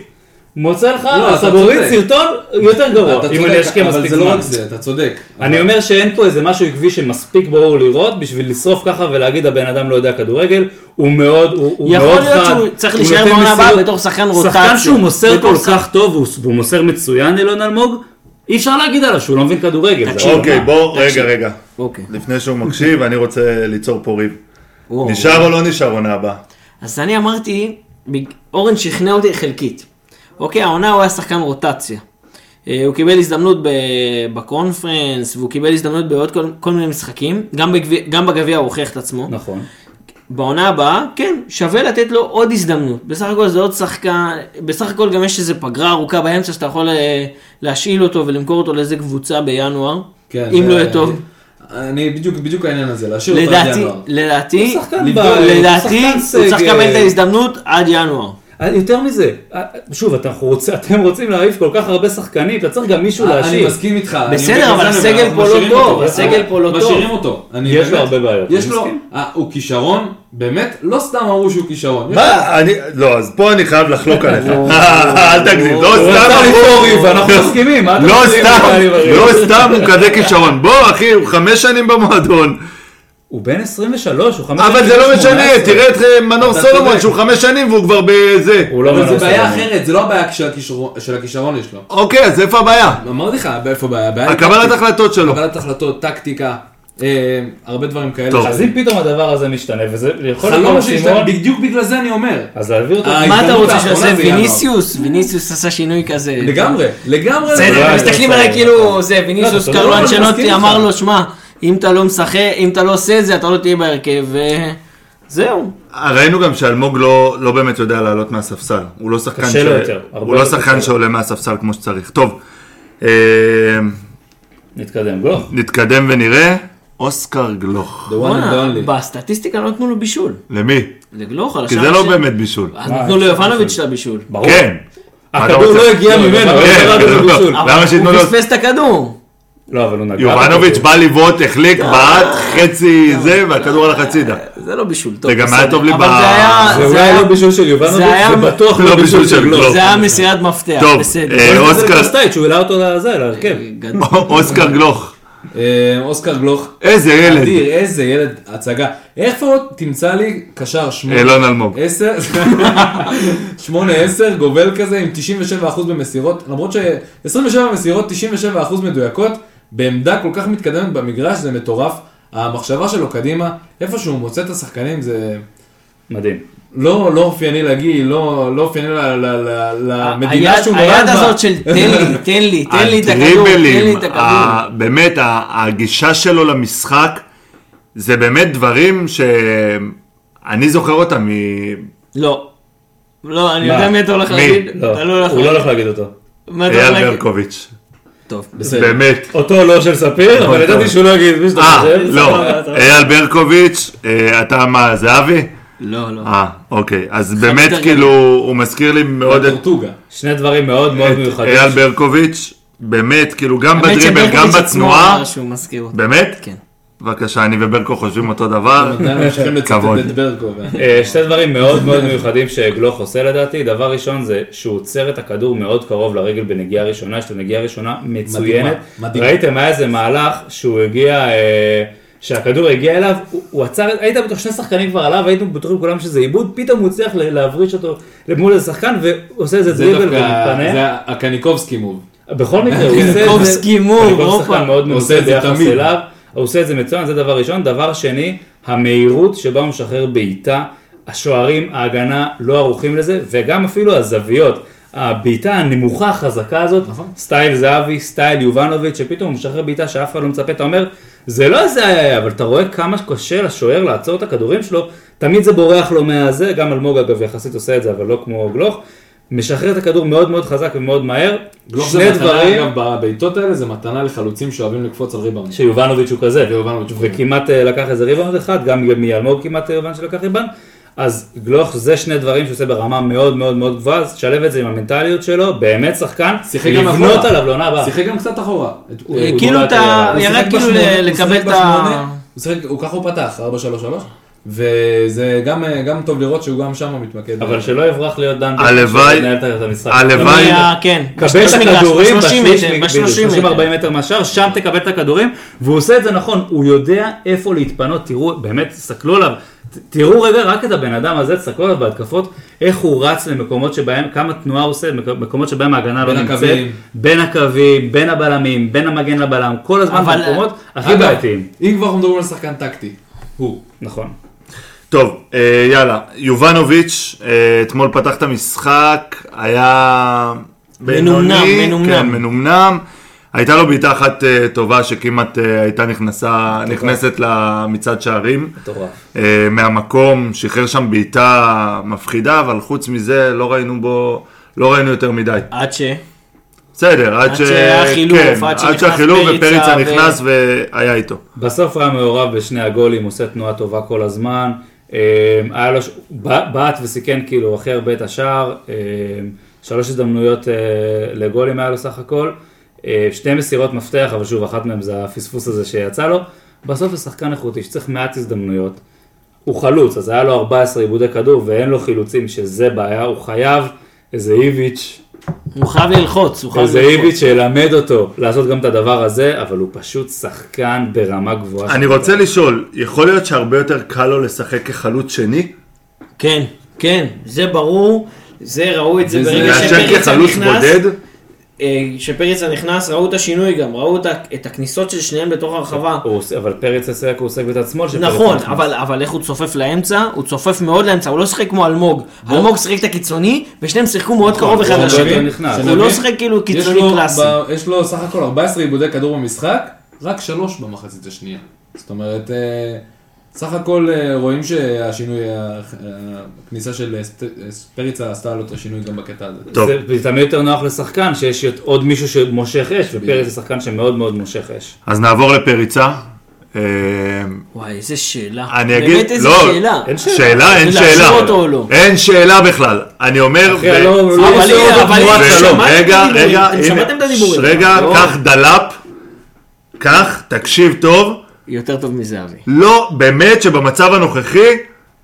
S7: מוצא לך,
S5: לא, אתה
S7: סבורית
S5: צודק.
S7: סרטון יותר גרוע,
S5: אתה
S7: לא- אם
S5: צודק,
S7: אני אשקיע
S5: אבל
S7: מספיק
S5: זה לא
S7: זמן.
S5: רק זה, אתה צודק.
S7: אני אומר שאין פה איזה משהו עקבי שמספיק ברור לראות בשביל לשרוף ככה ולהגיד הבן אדם לא יודע כדורגל, הוא מאוד, הוא, הוא
S6: יכול
S7: מאוד חד.
S6: להיות שהוא צריך
S7: הוא
S6: להישאר
S7: נותן
S6: בעונה הבאה
S7: מסירות.
S6: בתור שחקן
S7: שחקן
S6: רוטציה.
S7: שהוא מוסר
S6: בתור
S7: כל
S6: שחקן-
S7: כך טוב והוא- והוא מוסר מצוין אילון אלמוג, אי אפשר להגיד עליו שהוא לא מבין כדורגל. זה
S6: תקשיב,
S1: אוקיי,
S7: הרמה.
S1: בוא, רגע, רגע.
S6: אוקיי.
S1: לפני שהוא מקשיב, אני רוצה ליצור פה ריב.
S6: וואו.
S1: נשאר או לא נשאר עונה הבאה?
S6: אז אני אמרתי, בג- אורן שכנע אותי חלקית. אוקיי, העונה הוא היה שחקן רוטציה. אה, הוא קיבל הזדמנות ב- בקונפרנס, והוא קיבל הזדמנות בעוד כל, כל מיני משחקים. גם, בגבי, גם בגביע הוא הוכיח את עצמו.
S7: נכון.
S6: בעונה הבאה, כן, שווה לתת לו עוד הזדמנות. בסך הכל זה עוד שחקן, בסך הכל גם יש איזו פגרה ארוכה באמצע שאתה יכול אה, להשאיל אותו ולמכור אותו לאיזה קבוצה בינואר.
S5: כן,
S6: אם
S5: זה-
S6: לא יהיה טוב.
S5: אני בדיוק, בדיוק העניין הזה, להשאיר אותו עד
S6: לדעתי,
S5: ינואר.
S6: לדעתי,
S7: הוא שחקן
S6: לבדוק-
S7: בית, הוא
S6: לדעתי,
S7: שחקן
S6: הוא צריך
S7: סגל.
S6: לקבל את ההזדמנות עד ינואר.
S7: אה, יותר מזה, אה, שוב, אתה- אנחנו רוצ- אתם רוצים להעיף כל כך הרבה שחקנים, אתה צריך גם
S6: אה,
S7: מישהו
S5: אני
S7: להשאיר.
S5: מסכים איתך.
S6: בסדר,
S5: אני אומר,
S6: אבל
S5: אנחנו
S6: הסגל פה לא
S5: משאירים
S6: טוב,
S5: אותו,
S6: הסגל פה לא טוב.
S5: משאירים אותו. אני
S7: יש לו
S5: באמת-
S7: הרבה בעיות,
S5: יש
S7: אני
S5: לו,
S7: מסכים.
S5: אה, הוא כישרון, באמת, לא סתם אמרו שהוא כישרון. יש לו-
S1: מה? אני, לא, אז פה אני חייב לחלוק עליך. אל תגזים, לא
S7: הוא
S1: סתם
S7: רצה
S1: אמרו-
S7: לפתור ריב, ואנחנו מסכימים, מה אתה
S1: לא
S7: רוצה?
S1: סתם,
S7: אני מריב.
S1: לא סתם הוא כזה כישרון. בוא אחי, הוא חמש שנים במועדון. הוא
S7: הוא בן 23, הוא חמש...
S1: אבל
S7: שנים,
S1: זה לא
S7: 18.
S1: משנה, תראה את אה, מנור
S5: אתה
S1: סולומון
S5: צודק.
S1: שהוא חמש שנים והוא כבר בזה.
S7: הוא לא
S5: אבל
S7: מנוסה.
S5: זה בעיה אחרת, זה לא הבעיה של הכישרון- של הכישרון יש לו.
S1: אוקיי, אז איפה הבעיה?
S5: אמרתי לך, איפה הבעיה? הבעיה היא
S1: הקבלת
S5: טקטית.
S1: החלטות שלו.
S5: קבלת החלטות, טקטיקה, אה, הרבה דברים כאלה.
S1: טוב.
S7: אז אם פתאום הדבר הזה משתנה, וזה יכול להיות
S5: חלום
S7: כמו
S5: שהשתנה,
S7: סימון,
S5: בדיוק בגלל זה אני אומר.
S7: אז להעביר אותו.
S5: אה,
S6: מה אתה רוצה
S5: ההזדמנות
S6: שיעשה
S5: האחרונה זה
S6: ויניסיוס? ויניסיוס עשה שינוי כזה.
S5: לגמרי, לגמרי.
S1: לא,
S6: בסדר,
S7: אולי
S6: הם
S5: לגמרי.
S6: מסתכלים
S7: זה
S6: עליי
S7: בסדר.
S6: כאילו זה ויניסיוס
S7: לא,
S6: קרלו
S5: אני
S6: אנשנוטי
S5: מסכים
S6: אמר
S5: איתך.
S6: לו, שמע, אם אתה לא משחק, אם אתה לא עושה את זה, אתה לא תהיה בהרכב, וזהו.
S1: אה, ראינו גם שאלמוג לא, לא באמת יודע לעלות מהספסל. הוא לא שחקן,
S7: קשה לו יותר, הרבה
S1: הוא לא
S7: יותר
S1: שחקן
S7: קשה.
S1: שעולה מהספסל כמו שצריך. טוב, אה,
S7: נתקדם, גלוך.
S1: נתקדם ונראה. אוסקר גלוך.
S5: The one and
S6: בואנה,
S5: only.
S6: בסטטיסטיקה לא נתנו לו בישול.
S1: למי?
S6: לגלוך על
S1: כי
S6: השער
S1: זה לא
S6: ש-
S1: באמת בישול.
S6: אז נתנו ליובנוביץ' את הבישול.
S7: ברור.
S1: כן.
S6: אה,
S1: אתה
S7: הכדור
S1: רוצה-
S7: לא הגיע
S5: לא,
S7: ממנו,
S5: לא,
S7: אבל
S1: כן,
S7: הוא ירד
S1: לא.
S7: בבישול.
S1: למה
S6: אבל
S1: שייתנו לו-
S6: הוא פספס את הכדור.
S7: לא, אבל הוא נגע.
S1: יובנוביץ'
S7: בכדור.
S1: בא לבעוט, החליק,
S6: לא.
S1: בעט, חצי זה, והכדור הלך הצידה.
S6: זה לא בישול טוב.
S1: זה גם
S6: בסדר.
S1: היה טוב לי
S6: אבל
S1: ב-
S6: זה היה-
S7: זה
S6: זה
S7: אולי
S6: היה-
S7: לא בישול של יובנוביץ',
S6: זה היה-
S7: זה בטוח
S1: לא
S7: לא בישול של גלוך.
S1: גלוך.
S6: זה היה מסירת מפתח,
S1: טוב,
S6: בסדר.
S1: אה, אוקיי.
S7: זה
S1: אוסקר-
S7: אוסקר סטייט, שהוא העלה אותו לזה, להרכב.
S6: גדול.
S1: אוסקר גלוך.
S5: אה, אוסקר גלוך.
S1: איזה ילד.
S5: אדיר, איזה ילד הצגה. איפה תמצא לי קשר שמונה?
S1: אילון אלמוג.
S5: עשר, שמונה עשר, גובל כזה עם 97% במסירות, למרות ש-27 מסירות, 97% מדויקות, בעמדה כל כך מתקדמת במגרש, זה מטורף. המחשבה שלו קדימה, איפה שהוא מוצא את השחקנים זה
S7: מדהים.
S5: לא, לא אופייני לגיל, לא, לא אופייני ל- ל- ל- למדינה
S6: היד-
S5: שהוא נולד בה.
S6: היד הזאת של תן לי, תן לי, אה, תן לי את הכדור, תן לי
S1: הדריבלים,
S6: את הכדור.
S1: ה- באמת, ה- הגישה שלו למשחק, זה באמת דברים שאני זוכר אותם מ...
S6: לא. לא, אני
S7: מה?
S6: יודע מי אתה הולך
S1: מי?
S6: להגיד.
S7: לא,
S6: אתה לא הולך
S7: הוא לא
S6: להגיד.
S7: הולך להגיד אותו.
S6: מה אתה הולך
S1: אייל
S6: להגיד?
S1: ברקוביץ'.
S6: טוב.
S5: בסדר.
S1: באמת.
S7: אותו לא של ספיר, אבל ידעתי שהוא לא יגיד מי שאתה
S1: נכון, אה,
S7: חושב.
S1: לא, אייל ברקוביץ', אה, אתה מה, זהבי?
S6: לא, לא.
S1: אה, אוקיי. אז באמת,
S6: דרגים.
S1: כאילו, הוא מזכיר לי מאוד את
S5: טורטוגה.
S7: שני דברים מאוד מאוד
S1: את
S7: מיוחדים.
S1: אייל ברקוביץ', באמת, כאילו, גם
S6: האמת
S1: בדריבל, גם
S6: שברקוביץ' עצמו
S1: בתנועה.
S6: אמר שהוא מזכיר אותי.
S1: באמת?
S6: כן.
S1: בבקשה, אני וברקו חושבים אותו דבר.
S5: עדיין ממשיכים לצטט
S1: כבוד.
S5: את ברקו. ו-
S7: אה, שתי דברים מאוד מאוד מיוחדים שגלוך עושה לדעתי, דבר ראשון זה שהוא עוצר את הכדור מאוד קרוב לרגל בנגיעה ראשונה, יש לו נגיעה ראשונה מצוינת.
S5: מדהימה, מדהימה.
S7: ראיתם היה איזה מהלך שהוא הגיע, אה, שהכדור הגיע אליו, הוא- הוא עצר, היית בטוח שני שחקנים כבר עליו, הייתם בטוחים כולם שזה עיבוד, פתאום הוא הצליח ל- להבריש אותו מול איזה שחקן ועושה איזה
S5: זה
S7: דריבל
S5: דווקא,
S7: ומתפנה.
S5: זה הקניקובסקי מוב.
S7: בכל מקרה הוא עושה את זה.
S6: קובסקי מוב,
S7: אני כל
S6: הופה.
S7: שחקן מאוד
S5: הוא עושה
S7: מנוסה
S5: את זה
S7: ביחס
S5: תמיד.
S7: אליו, הוא עושה את זה מצוין, זה דבר ראשון. דבר שני, המהירות שבה הוא משחרר בעיטה, השוערים, ההגנה לא ערוכים לזה, וגם אפילו הזוויות. הבעיטה הנמוכה החזקה הזאת,
S5: נכון.
S7: סטייל זהבי, סטייל יובנוביץ', שפתאום הוא משחרר בעיטה שאף אחד לא מצפה, אתה אומר, זה לא איזה היה היה, אבל אתה רואה כמה קשה לשוער לעצור את הכדורים שלו, תמיד זה בורח לו מהזה, גם אלמוג אגב יחסית עושה את זה, אבל לא כמו גלוך, משחרר את הכדור מאוד מאוד חזק ומאוד מהר,
S5: גלוך זה
S7: שני
S5: לא מתנה,
S7: דברים,
S5: אגב, בבעיטות האלה זה מתנה לחלוצים שאוהבים לקפוץ על ריבאונד.
S7: שיובנוביץ' הוא כזה,
S5: ויובנוביץ' הוא כזה.
S7: וכמעט אה, לקח איזה ריבאונד אחד, גם מאלמוג כמעט אה, ריבאונד שלקח ריבאונד, אז גלוך זה שני דברים שהוא עושה ברמה מאוד מאוד מאוד גבוהה, אז תשלב את זה עם המנטליות שלו, באמת שחקן,
S5: שיחק גם
S7: לבנות
S5: אחורה.
S7: עליו לעונה הבאה.
S5: שיחק גם קצת אחורה. את- הוא-
S6: אה,
S5: הוא- לא-
S6: כאילו
S7: נולד, אה,
S6: אתה,
S5: הוא שיחק
S6: ירד כאילו
S5: בשמונה,
S6: ל-
S5: הוא
S6: לקבל
S5: שיחק
S6: את ה...
S5: בשמונה, הוא שיחק, הוא ככה הוא פתח, 4-3-3, וזה גם, אה, גם טוב לראות שהוא גם שם מתמקד. אה,
S7: אבל שלא יברח להיות דן ביטון,
S1: הלוואי-
S7: שמנהל את המשחק.
S1: הלוואי-
S6: היה- כן.
S7: קבל את
S6: בשלוש מגרש,
S7: הכדורים
S6: בשלושים
S7: בשליש,
S6: מטר,
S7: בדיוק,
S6: בשלושים
S7: 30-40
S6: מטר.
S7: מטר מהשאר, שם תקבל את הכדורים, והוא עושה את זה נכון, הוא יודע איפה להתפנות, תראו, באמת, תסתכלו עליו, ת- תראו רגע רק את הבן אדם הזה, תסתכלו עליו בהתקפות, איך הוא רץ למקומות שבהם, כמה תנועה הוא עושה, מק- מקומות שבהם ההגנה לא
S5: בין
S7: נמצאת,
S5: הקווים.
S7: בין הקווים, בין הבלמים, בין המגן לבלם, כל הזמן
S6: אבל-
S7: במקומות הכי
S5: אגב,
S7: בעייתיים.
S5: אם כבר אנחנו מדברים על שחקן טקטי, הוא.
S7: נכון.
S1: טוב, אה, יאללה. יובנוביץ', אה, אתמול פתח את המשחק, היה...
S6: מנומנם,
S1: בינוני,
S6: מנומנם.
S1: כן, מנומנם. הייתה לו בעיטה אחת אה, טובה שכמעט אה, הייתה נכנסה, נכנסת לה מצד שערים.
S7: מטורף.
S1: אה, מהמקום, שחרר שם בעיטה מפחידה, אבל חוץ מזה לא ראינו בו, לא ראינו יותר מדי.
S6: עד ש...
S1: בסדר, עד
S6: עד
S1: ש...
S6: שהיה חילוף,
S1: כן,
S6: עד
S1: עד
S6: שנכנס
S1: שהחילוף
S6: פריצה
S1: ופריצה
S6: ו-
S1: נכנס והיה איתו.
S7: בסוף היה מעורב בשני הגולים, עושה תנועה טובה כל הזמן. אמ, היה לו, ש- ב- בעט וסיכן כאילו הכי הרבה את השער. אמ, שלוש הזדמנויות אה, לגולים היה לו סך הכל. אה, שתי מסירות מפתח, אבל שוב, אחת מהן זה הפספוס הזה שיצא לו. בסוף זה שחקן איכותי שצריך מעט הזדמנויות. הוא חלוץ, אז היה לו 14 עיבודי כדור ואין לו חילוצים, שזה בעיה, הוא חייב איזה איביץ'
S6: הוא חייב ללחוץ, הוא חייב
S7: איזה
S6: ללחוץ.
S7: איביץ' שילמד אותו לעשות גם את הדבר הזה, אבל הוא פשוט שחקן ברמה גבוהה.
S1: אני רוצה לשאול, יכול להיות שהרבה יותר קל לו לשחק כחלוץ שני?
S6: כן, כן, זה ברור, זה ראו את זה
S5: וזה-
S6: ברגע
S1: מאשר
S6: שפריצה
S1: כחלוץ
S6: נכנס.
S1: בודד?
S6: אה, שפריצה נכנס, ראו את השינוי גם, ראו את ה- את הכניסות של שניהם בתוך הרחבה.
S7: הוא עושה- אבל פרץ עסק, הוא עוסק בצד שמאל. של פרץ
S6: נכון,
S7: נכנס.
S6: אבל, אבל איך הוא צופף לאמצע? הוא צופף מאוד לאמצע, הוא לא שיחק כמו אלמוג. אלמוג שיחק את הקיצוני, ושניהם שיחקו מאוד קרוב אחד
S7: הוא
S6: לשני.
S7: לא נכנס.
S6: הוא לא שיחק כאילו
S5: יש
S6: קיצוני
S5: לו
S6: קלאסי.
S5: ב- יש לו סך הכל 14 עיבודי כדור במשחק, רק שלוש במחצית השנייה. זאת אומרת, אה, סך הכל אה, רואים שהשינוי, ה- הכניסה של אה, סט- אה, פריצה עשתה לו את השינוי גם בקטע הזה.
S1: טוב.
S7: זה זה תמיד יותר נוח לשחקן שיש עוד מישהו שמושך אש, ופרץ זה שחקן שמאוד מאוד מושך אש.
S1: אז נעבור לפריצה. אה,
S6: וואי, איזה שאלה.
S1: אני אגיד,
S6: באמת איזה
S1: לא,
S6: שאלה.
S7: אין שאלה.
S1: שאלה, אין
S6: להשאיר
S1: שאלה.
S6: אותו או לא?
S1: אין שאלה בכלל. אני אומר,
S7: אחי,
S1: ו-
S7: לא- לא-
S1: ו-
S6: אבל
S7: יש לו
S6: אה,
S7: עוד
S6: אבל
S7: תנועת
S6: אה,
S7: שלום.
S6: שמעתם
S1: רגע,
S6: את הדיבורים,
S1: רגע,
S6: אתם
S1: הנה,
S6: שמעתם את הדיבורים.
S1: רגע,
S6: לא,
S1: קח דלאפ, קח, תקשיב טוב.
S6: יותר טוב מזהבי.
S1: לא, באמת שבמצב הנוכחי,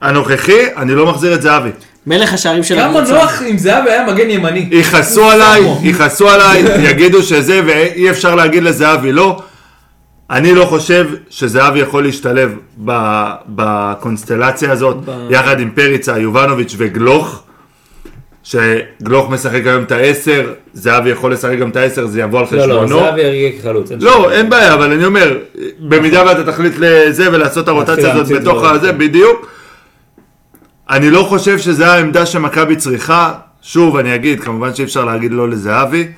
S1: הנוכחי, אני לא מחזיר את זהבי.
S6: מלך השערים של
S5: כמה לא?
S6: הקבוצה.
S5: נוח אם זהבי היה מגן ימני.
S1: יכעסו עליי, יכעסו עליי, יגידו שזה, ואי אפשר להגיד לזהבי לא. אני לא חושב שזהבי יכול להשתלב ב- בקונסטלציה הזאת,
S6: ב-
S1: יחד עם פריצה, יובנוביץ' וגלוך, שגלוך משחק היום את העשר, זהבי יכול לשחק גם את העשר, זה יבוא על
S7: לא,
S1: חשבונו.
S7: לא, זהבי ירגיע כחלוץ. אין
S1: לא,
S7: שאלה.
S1: אין בעיה, אבל אני אומר, במידה ואתה תחליט לזה ולעשות את הרוטציה הזאת
S7: להמציא
S1: בתוך
S7: דברים,
S1: הזה,
S7: כן.
S1: בדיוק. אני לא חושב שזו העמדה שמכבי צריכה. שוב, אני אגיד, כמובן שאי אפשר להגיד לא לזהבי,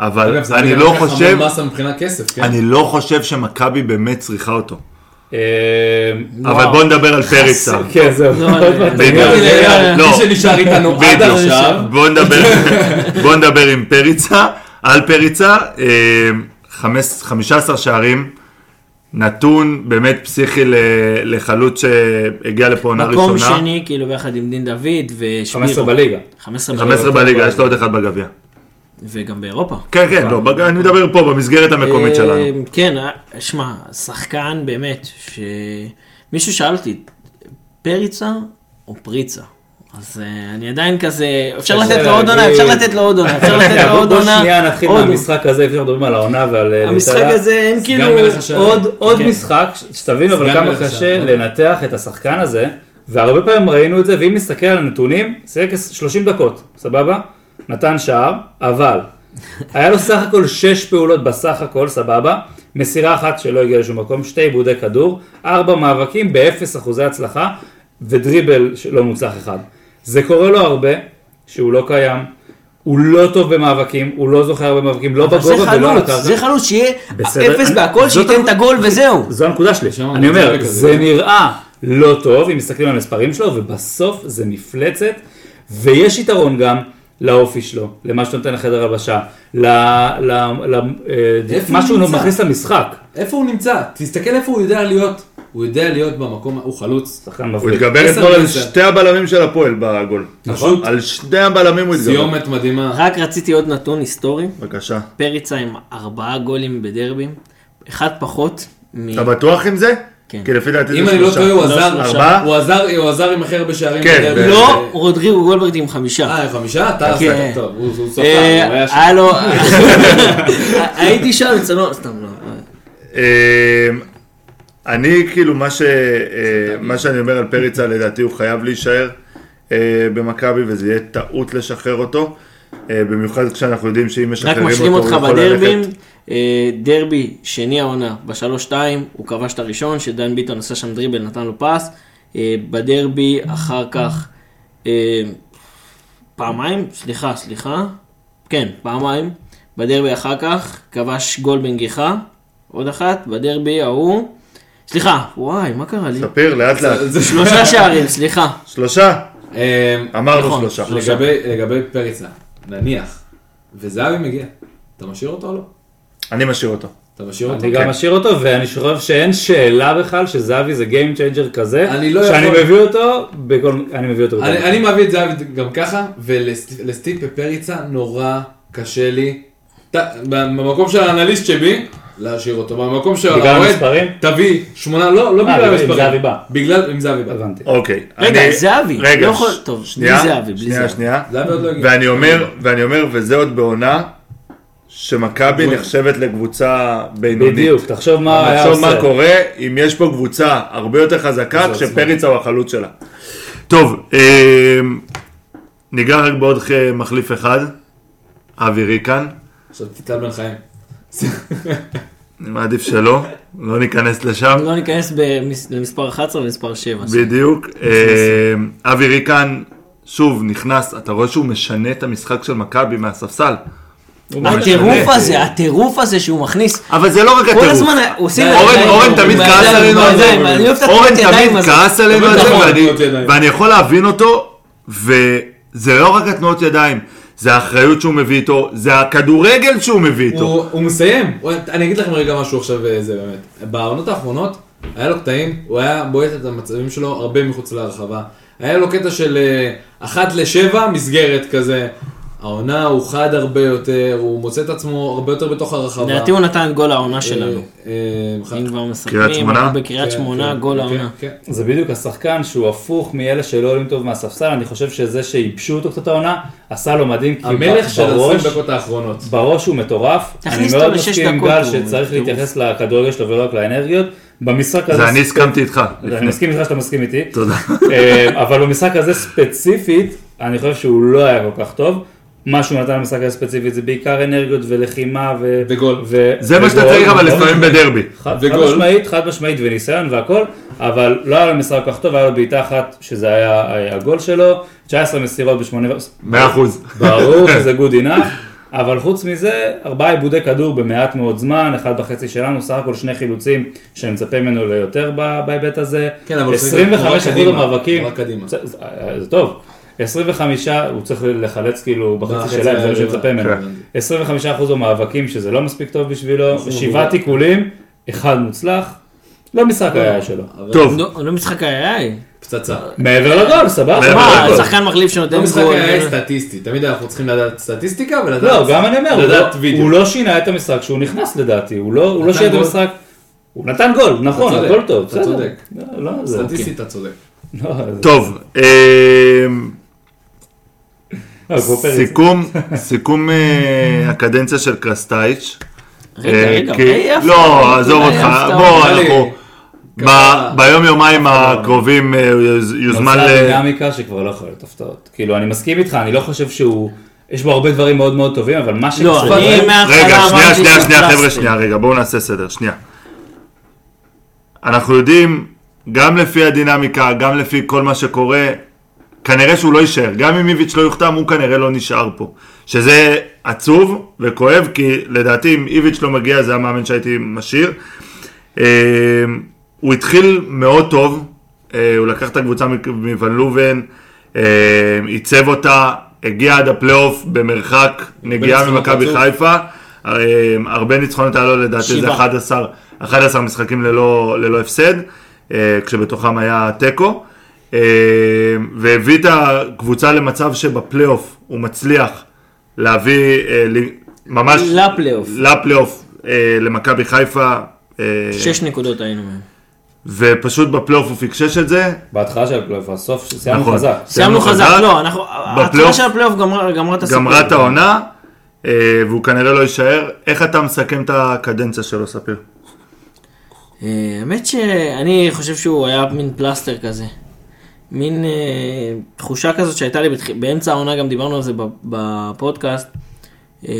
S1: אבל
S5: אגב, זה
S1: אני
S5: היה
S1: לא
S5: לך המון
S1: חושב,
S5: מסה מבחינת כסף, כן?
S1: אני לא חושב שמכבי באמת צריכה אותו.
S7: אה,
S1: אבל בוא נדבר על פריצה.
S7: כן, זהו.
S6: לא,
S7: עוד מעט.
S6: אני-
S1: בדיוק.
S5: יאללה, יאללה,
S1: לא.
S5: מי שנשאר איתנו עד
S1: בדיוק.
S5: עכשיו,
S1: בוא נדבר, בוא נדבר עם פריצה, על פריצה, אה, חמש- 15 שערים, נתון באמת פסיכי ל- לחלוץ שהגיע לפה עונה
S6: מקום
S1: ראשונה.
S6: שני, כאילו, ביחד עם דין דוד ושבירו.
S7: 15 בליגה.
S6: 15
S1: 15
S6: בליגה.
S1: בליגה, יש לו עוד אחד בגביע.
S6: וגם באירופה.
S1: כן, כן,
S5: אה,
S1: לא, בג- אני מדבר פה במסגרת המקומית שלנו.
S6: אה, כן, אה, שמע, שחקן באמת, שמישהו שאל אותי, פריצה או פריצה? אז אה, אני עדיין כזה, אפשר
S7: קשה
S6: לתת לו עוד עונה,
S7: להגיד.
S6: אפשר לתת לו עוד עונה, אפשר לתת לו
S7: אה, בוא-
S6: עוד
S7: בוא
S6: עונה.
S7: שנייה נתחיל
S6: עוד
S7: מהמשחק הזה, לפני שאנחנו מדברים על העונה ועל... אה,
S6: עונה. המשחק
S7: ליטלה.
S6: הזה הם כאילו,
S5: מלך השערים.
S7: עוד, עוד
S6: כן.
S7: משחק, ש- שתבינו אבל
S5: סגן
S7: כמה
S5: מלך
S7: קשה
S5: השערים.
S7: לנתח את השחקן הזה, והרבה פעמים ראינו את זה, ואם נסתכל על הנתונים, שיחק 30 דקות, סבבה? נתן שער, אבל היה לו סך הכל 6 פעולות בסך הכל, סבבה? מסירה אחת שלא הגיעה לשום מקום, שתי עיבודי כדור, 4 מאבקים ב-0 אחוזי הצלחה, ודריבל לא מוצלח אחד. זה קורה לו הרבה, שהוא לא קיים. הוא לא טוב במאבקים, הוא לא זוכר הרבה מאבקים, לא
S6: אבל זה
S7: בגובה ולא על
S6: חלוץ,
S7: הקרקע.
S6: זה חלוץ שיהיה
S7: בסדר,
S6: אפס
S7: אני-
S6: בהכל,
S7: זאת
S6: שייתן את
S7: הנקודה.
S6: הגול וזהו.
S7: זו הנקודה שלי.
S5: שם
S7: אני אומר,
S5: זה
S7: זה
S5: כזה.
S7: נראה לא טוב, אם מסתכלים על המספרים שלו, ובסוף זה מפלצת, ויש יתרון גם לאופי שלו, למה שהוא נותן לחדר הלבשה, ל... ל... ל... אה,
S5: איפה
S7: מה
S5: הוא
S7: שהוא
S5: נמצא?
S7: מכניס למשחק.
S5: איפה הוא נמצא? תסתכל איפה הוא יודע להיות. הוא יודע להיות במקום, הוא חלוץ.
S7: שחקן
S1: הוא
S7: מבריק.
S1: התגבר
S5: עשר
S1: אתמול על
S5: מנסה.
S1: שתי הבלמים של הפועל בגול.
S5: פשוט
S1: על שני הבלמים הוא התגבר.
S5: סיומת מדהימה.
S6: רק רציתי עוד נתון היסטורי,
S1: בבקשה.
S6: פריצה עם ארבעה גולים בדרבים, אחד פחות מ...
S1: אתה בטוח עם זה?
S6: כן.
S1: כי לפי דעתי זה
S5: אם
S1: שלושה.
S5: אני לא טועה, הוא עזר,
S1: ארבעה?
S5: הוא עזר, הוא עזר עם הכי הרבה שערים.
S1: כן,
S5: בדרבי.
S1: ב-
S6: לא, רודריגו גולדברג עם חמישה.
S5: אה, חמישה? אתה
S6: כן.
S5: עשית, טוב, הוא הוא ספר, הוא היה שם.
S6: אה, היה לו... הייתי שם, זה לא, סתם לא.
S1: אה, אמ, אני כאילו, מה, ש... אה, מה שאני אומר על פריצה, לדעתי הוא חייב להישאר אה, במכבי, וזה יהיה טעות לשחרר אותו. אה, במיוחד כשאנחנו יודעים שאם
S6: רק
S1: משחררים אותו,
S6: משלים
S1: הוא
S6: אותך
S1: יכול
S6: בדרבים,
S1: ללכת.
S6: אה, דרבי שני העונה, בשלוש-שתיים, הוא כבש את הראשון, שדן ביטון עשה שם דריבל, נתן לו פס. אה, בדרבי אחר כך, אה, פעמיים, סליחה, סליחה, כן, פעמיים. בדרבי אחר כך, כבש גול בנגיחה, עוד אחת, בדרבי ההוא, סליחה, וואי, מה קרה לי?
S1: ספיר, לאט לאט.
S5: זה-
S6: שלושה שערים, סליחה.
S1: שלושה?
S5: אמ,
S1: אמרנו
S6: נכון,
S1: שלושה.
S6: שלושה.
S5: לגבי- לגבי פריצה, נניח, וזהבי מגיע, אתה משאיר אותו או לא?
S1: אני משאיר אותו.
S5: אתה משאיר אותו? כן.
S7: אני גם משאיר אותו, ואני חושב שאין שאלה בכלל שזהבי זה Game Changer כזה,
S5: אני לא
S7: שאני
S5: יכול.
S7: מביא אותו, בכל... אני מביא אותו. בכל
S5: אני, אני מביא את זהבי גם ככה, ולסטיפ פפריצה נורא קשה לי. ת, במקום של האנליסט שבי, להשאיר אותו. במקום של
S7: בגלל
S5: האוהד,
S7: המספרים?
S5: תביא שמונה, לא, לא בגלל
S7: בגלל אם
S5: המספרים.
S7: זהבי בא.
S5: בגלל אם זהבי בא.
S7: הבנתי.
S1: אוקיי.
S6: רגע,
S1: אני-
S6: זהבי.
S1: רגע,
S6: לא יכול-
S1: ש-
S6: טוב, בלי
S1: שנייה,
S6: זהבי, בלי
S1: שנייה,
S6: זהבי.
S1: שנייה.
S5: זהבי עוד לא הגיע.
S1: ואני אומר, ואני אומר, וזה עוד בעונה, שמכבי נחשבת לקבוצה בינונית.
S7: בדיוק, תחשוב מה היה
S1: תחשוב מה
S7: עושה.
S1: קורה אם יש פה קבוצה הרבה יותר חזקה כשפריצה הוא החלוץ שלה. טוב, אמ, ניגע רק בעוד ח- מחליף אחד, אבי ריקן,
S5: עכשיו תטל בן חיים.
S1: אני מעדיף שלא, לא ניכנס לשם.
S6: לא ניכנס במס- למספר 11 ולמספר 7.
S1: בדיוק. אה, אבי ריקן, שוב, נכנס, אתה רואה שהוא משנה את המשחק של מכבי מהספסל.
S6: הטירוף הזה, הטירוף הזה שהוא מכניס,
S1: אבל זה לא רק הטירוף.
S6: כל הזמן עושים...
S5: אורן-
S6: ידיים,
S1: אורן תמיד
S6: עם
S1: כעס
S6: הידיים,
S1: עלינו
S6: עם
S1: על זה,
S6: הידיים, אני אוהב את התנועות
S1: אורן
S6: ידיים
S1: תמיד
S6: הזאת.
S1: כעס עלינו
S5: תמיד
S1: על זה,
S5: נכון,
S1: ואני-
S5: תנועות ידיים.
S1: ואני יכול להבין אותו, וזה לא רק התנועות ידיים, זה האחריות שהוא מביא איתו, זה הכדורגל שהוא מביא איתו.
S5: הוא, הוא מסיים, הוא, אני אגיד לכם רגע משהו עכשיו, אה, זה באמת. בעונות האחרונות, היה לו קטעים, הוא היה בועט את המצבים שלו הרבה מחוץ לרחבה. היה לו קטע של אה, אחת לשבע מסגרת כזה. העונה הוא חד הרבה יותר, הוא מוצא את עצמו הרבה יותר בתוך הרחבה.
S6: לדעתי הוא נתן את גול העונה
S5: אה,
S6: שלנו.
S5: אה, חד-
S6: אם כבר
S1: קריית
S6: מסכמים,
S1: שמונה?
S6: רק בקריית
S5: כן,
S6: שמונה,
S5: כן,
S6: גול
S5: כן,
S6: העונה.
S5: כן.
S7: זה בדיוק השחקן שהוא הפוך מאלה שלא עולים טוב מהספסל, אני חושב שזה שייבשו אותו קצת העונה, עשה לו מדהים, כי
S5: המלך של
S7: בראש,
S5: 20 דקות האחרונות.
S7: בראש הוא מטורף. אני
S6: תכניס אותו
S7: מאוד
S6: לשש
S7: מסכים עם
S6: דקות,
S7: גל
S6: הוא
S7: שצריך
S6: טירוף.
S7: להתייחס לכדורגל שלו ולא רק לאנרגיות. במשחק הזה...
S1: זה אני הסכמתי איתך.
S7: זה,
S1: לפני.
S7: אני מסכים איתך שאתה מסכים איתי.
S1: תודה.
S7: אה, אבל במשחק הזה ספציפית, אני חושב שהוא לא היה כל כך טוב. מה שהוא נתן למשחק הזה ספציפית זה בעיקר אנרגיות ולחימה ו...
S5: וגול.
S7: ו...
S1: זה מה שאתה
S7: וגול,
S1: צריך אבל
S7: וגול.
S1: לפעמים בדרבי.
S7: חד חד
S5: וגול.
S7: משמעית, חד משמעית וניסיון והכל, אבל לא היה לו משחק כל כך טוב, היה לו בעיטה אחת שזה היה אה, הגול שלו, 19 מסירות בשמונה... ו-
S1: 100%.
S7: ברור שזה good enough, אבל חוץ מזה, ארבעה עיבודי כדור במעט מאוד זמן, אחד וחצי שלנו, סך הכל שני חילוצים שאני מצפה ממנו ליותר ב- בהיבט הזה.
S5: כן, אבל הוא צריך נורא
S7: 25 אחוז
S5: קדימה,
S7: המאבקים,
S5: נורא קדימה.
S7: זה- זה- זה טוב. 25, הוא צריך לחלץ כאילו בחצי
S5: בחצי
S7: שלהם, זה מה
S5: הראשון.
S7: שמצפה ממנו.
S5: כן.
S7: 25 אחוז המאבקים, שזה לא מספיק טוב בשבילו,
S5: נכון.
S7: שבעה תיקולים, אחד מוצלח, לא משחק היה שלו.
S5: אבל
S1: טוב,
S6: לא לא משחק היה.
S5: פצצה.
S7: מעבר לגול,
S1: לא
S7: סבבה.
S6: מה,
S1: אבל-
S6: אה, שחקן מחליף שנותן
S5: לא
S6: גול.
S5: משחק היה סטטיסטי, תמיד אנחנו צריכים לדעת סטטיסטיקה ולדעת...
S7: לא, גם אני אומר, הוא
S5: לדעת
S7: לא-
S5: וידאו.
S7: הוא לא שינה את המשחק שהוא נכנס לדעתי, הוא לא הוא לא
S5: נתן
S7: שינה את
S5: גול.
S7: המשחק. הוא נתן גול, נכון,
S5: צודק,
S7: הכל טוב,
S5: אתה צודק.
S7: לא, לא, זה-
S5: סטטיסטית אתה צודק.
S7: לא, זה-
S1: טוב. אמ,
S7: לא, גופר-
S1: סיכום, סיכום אה, הקדנציה של קרסטייץ'.
S6: רגע,
S1: אה,
S6: רגע, אוקיי,
S1: כי-
S6: אי, אף
S1: לא,
S6: אחד
S1: עזוב
S6: אולי
S1: אותך,
S6: אף אחד.
S1: בוא,
S5: נראה לי-
S1: אנחנו... ב- ביום יומיים הקרובים אה, הוא יוז- יוזמן
S7: נוצרה
S1: ל...
S7: דינמיקה שכבר לא יכולה להיות הפתעות. כאילו, אני מסכים איתך, אני לא חושב שהוא... יש בו הרבה דברים מאוד מאוד טובים, אבל מה
S6: לא,
S7: שקרה...
S6: אני מההתחלה
S1: רגע, שנייה, שנייה,
S6: אמרתי שהוא
S1: שנייה,
S6: פלסטר.
S1: חבר'ה, שנייה, רגע, בואו נעשה סדר, שנייה. אנחנו יודעים, גם לפי הדינמיקה, גם לפי כל מה שקורה, כנראה שהוא לא יישאר. גם אם איביץ' לא יוחתם, הוא כנראה לא נשאר פה. שזה עצוב וכואב, כי לדעתי אם איביץ' לא מגיע, זה המאמן שהייתי משאיר. אה, הוא התחיל מאוד טוב, אה, הוא לקח את הקבוצה מ- מוון לובן, אה, עיצב אותה, הגיע עד הפלייאוף במרחק נגיעה
S5: ניצחונות
S1: ממכבי
S5: רצוף.
S1: חיפה, אה, הרבה ניצחונות היה לו לדעתי זה
S6: שבעה.
S1: 11, 11 משחקים ללא, ללא הפסד, אה, כשבתוכם היה תיקו, אה, והביא את הקבוצה למצב שבפלייאוף הוא מצליח להביא אה, ל- ממש
S6: לפלייאוף.
S1: לפלייאוף אה, למכבי חיפה. אה,
S6: שש נקודות היינו מהם.
S1: ופשוט בפלייאוף הוא פיקשש את זה.
S7: בהתחלה של הפלייאוף, הסוף, סיימנו
S1: נכון.
S7: חזק.
S6: סיימנו חזק, לא, אנחנו... ההתחלה
S1: בפלייאוף-
S6: של הפלייאוף גמרה גמרה את הסיפור.
S1: גמרה את העונה, אה, והוא כנראה לא יישאר. איך אתה מסכם את הקדנציה שלו, ספיר?
S6: אה, האמת שאני חושב שהוא היה מין פלסטר כזה. מין אה, תחושה כזאת שהייתה לי בתח... באמצע העונה, גם דיברנו על זה ב- בפודקאסט, אה,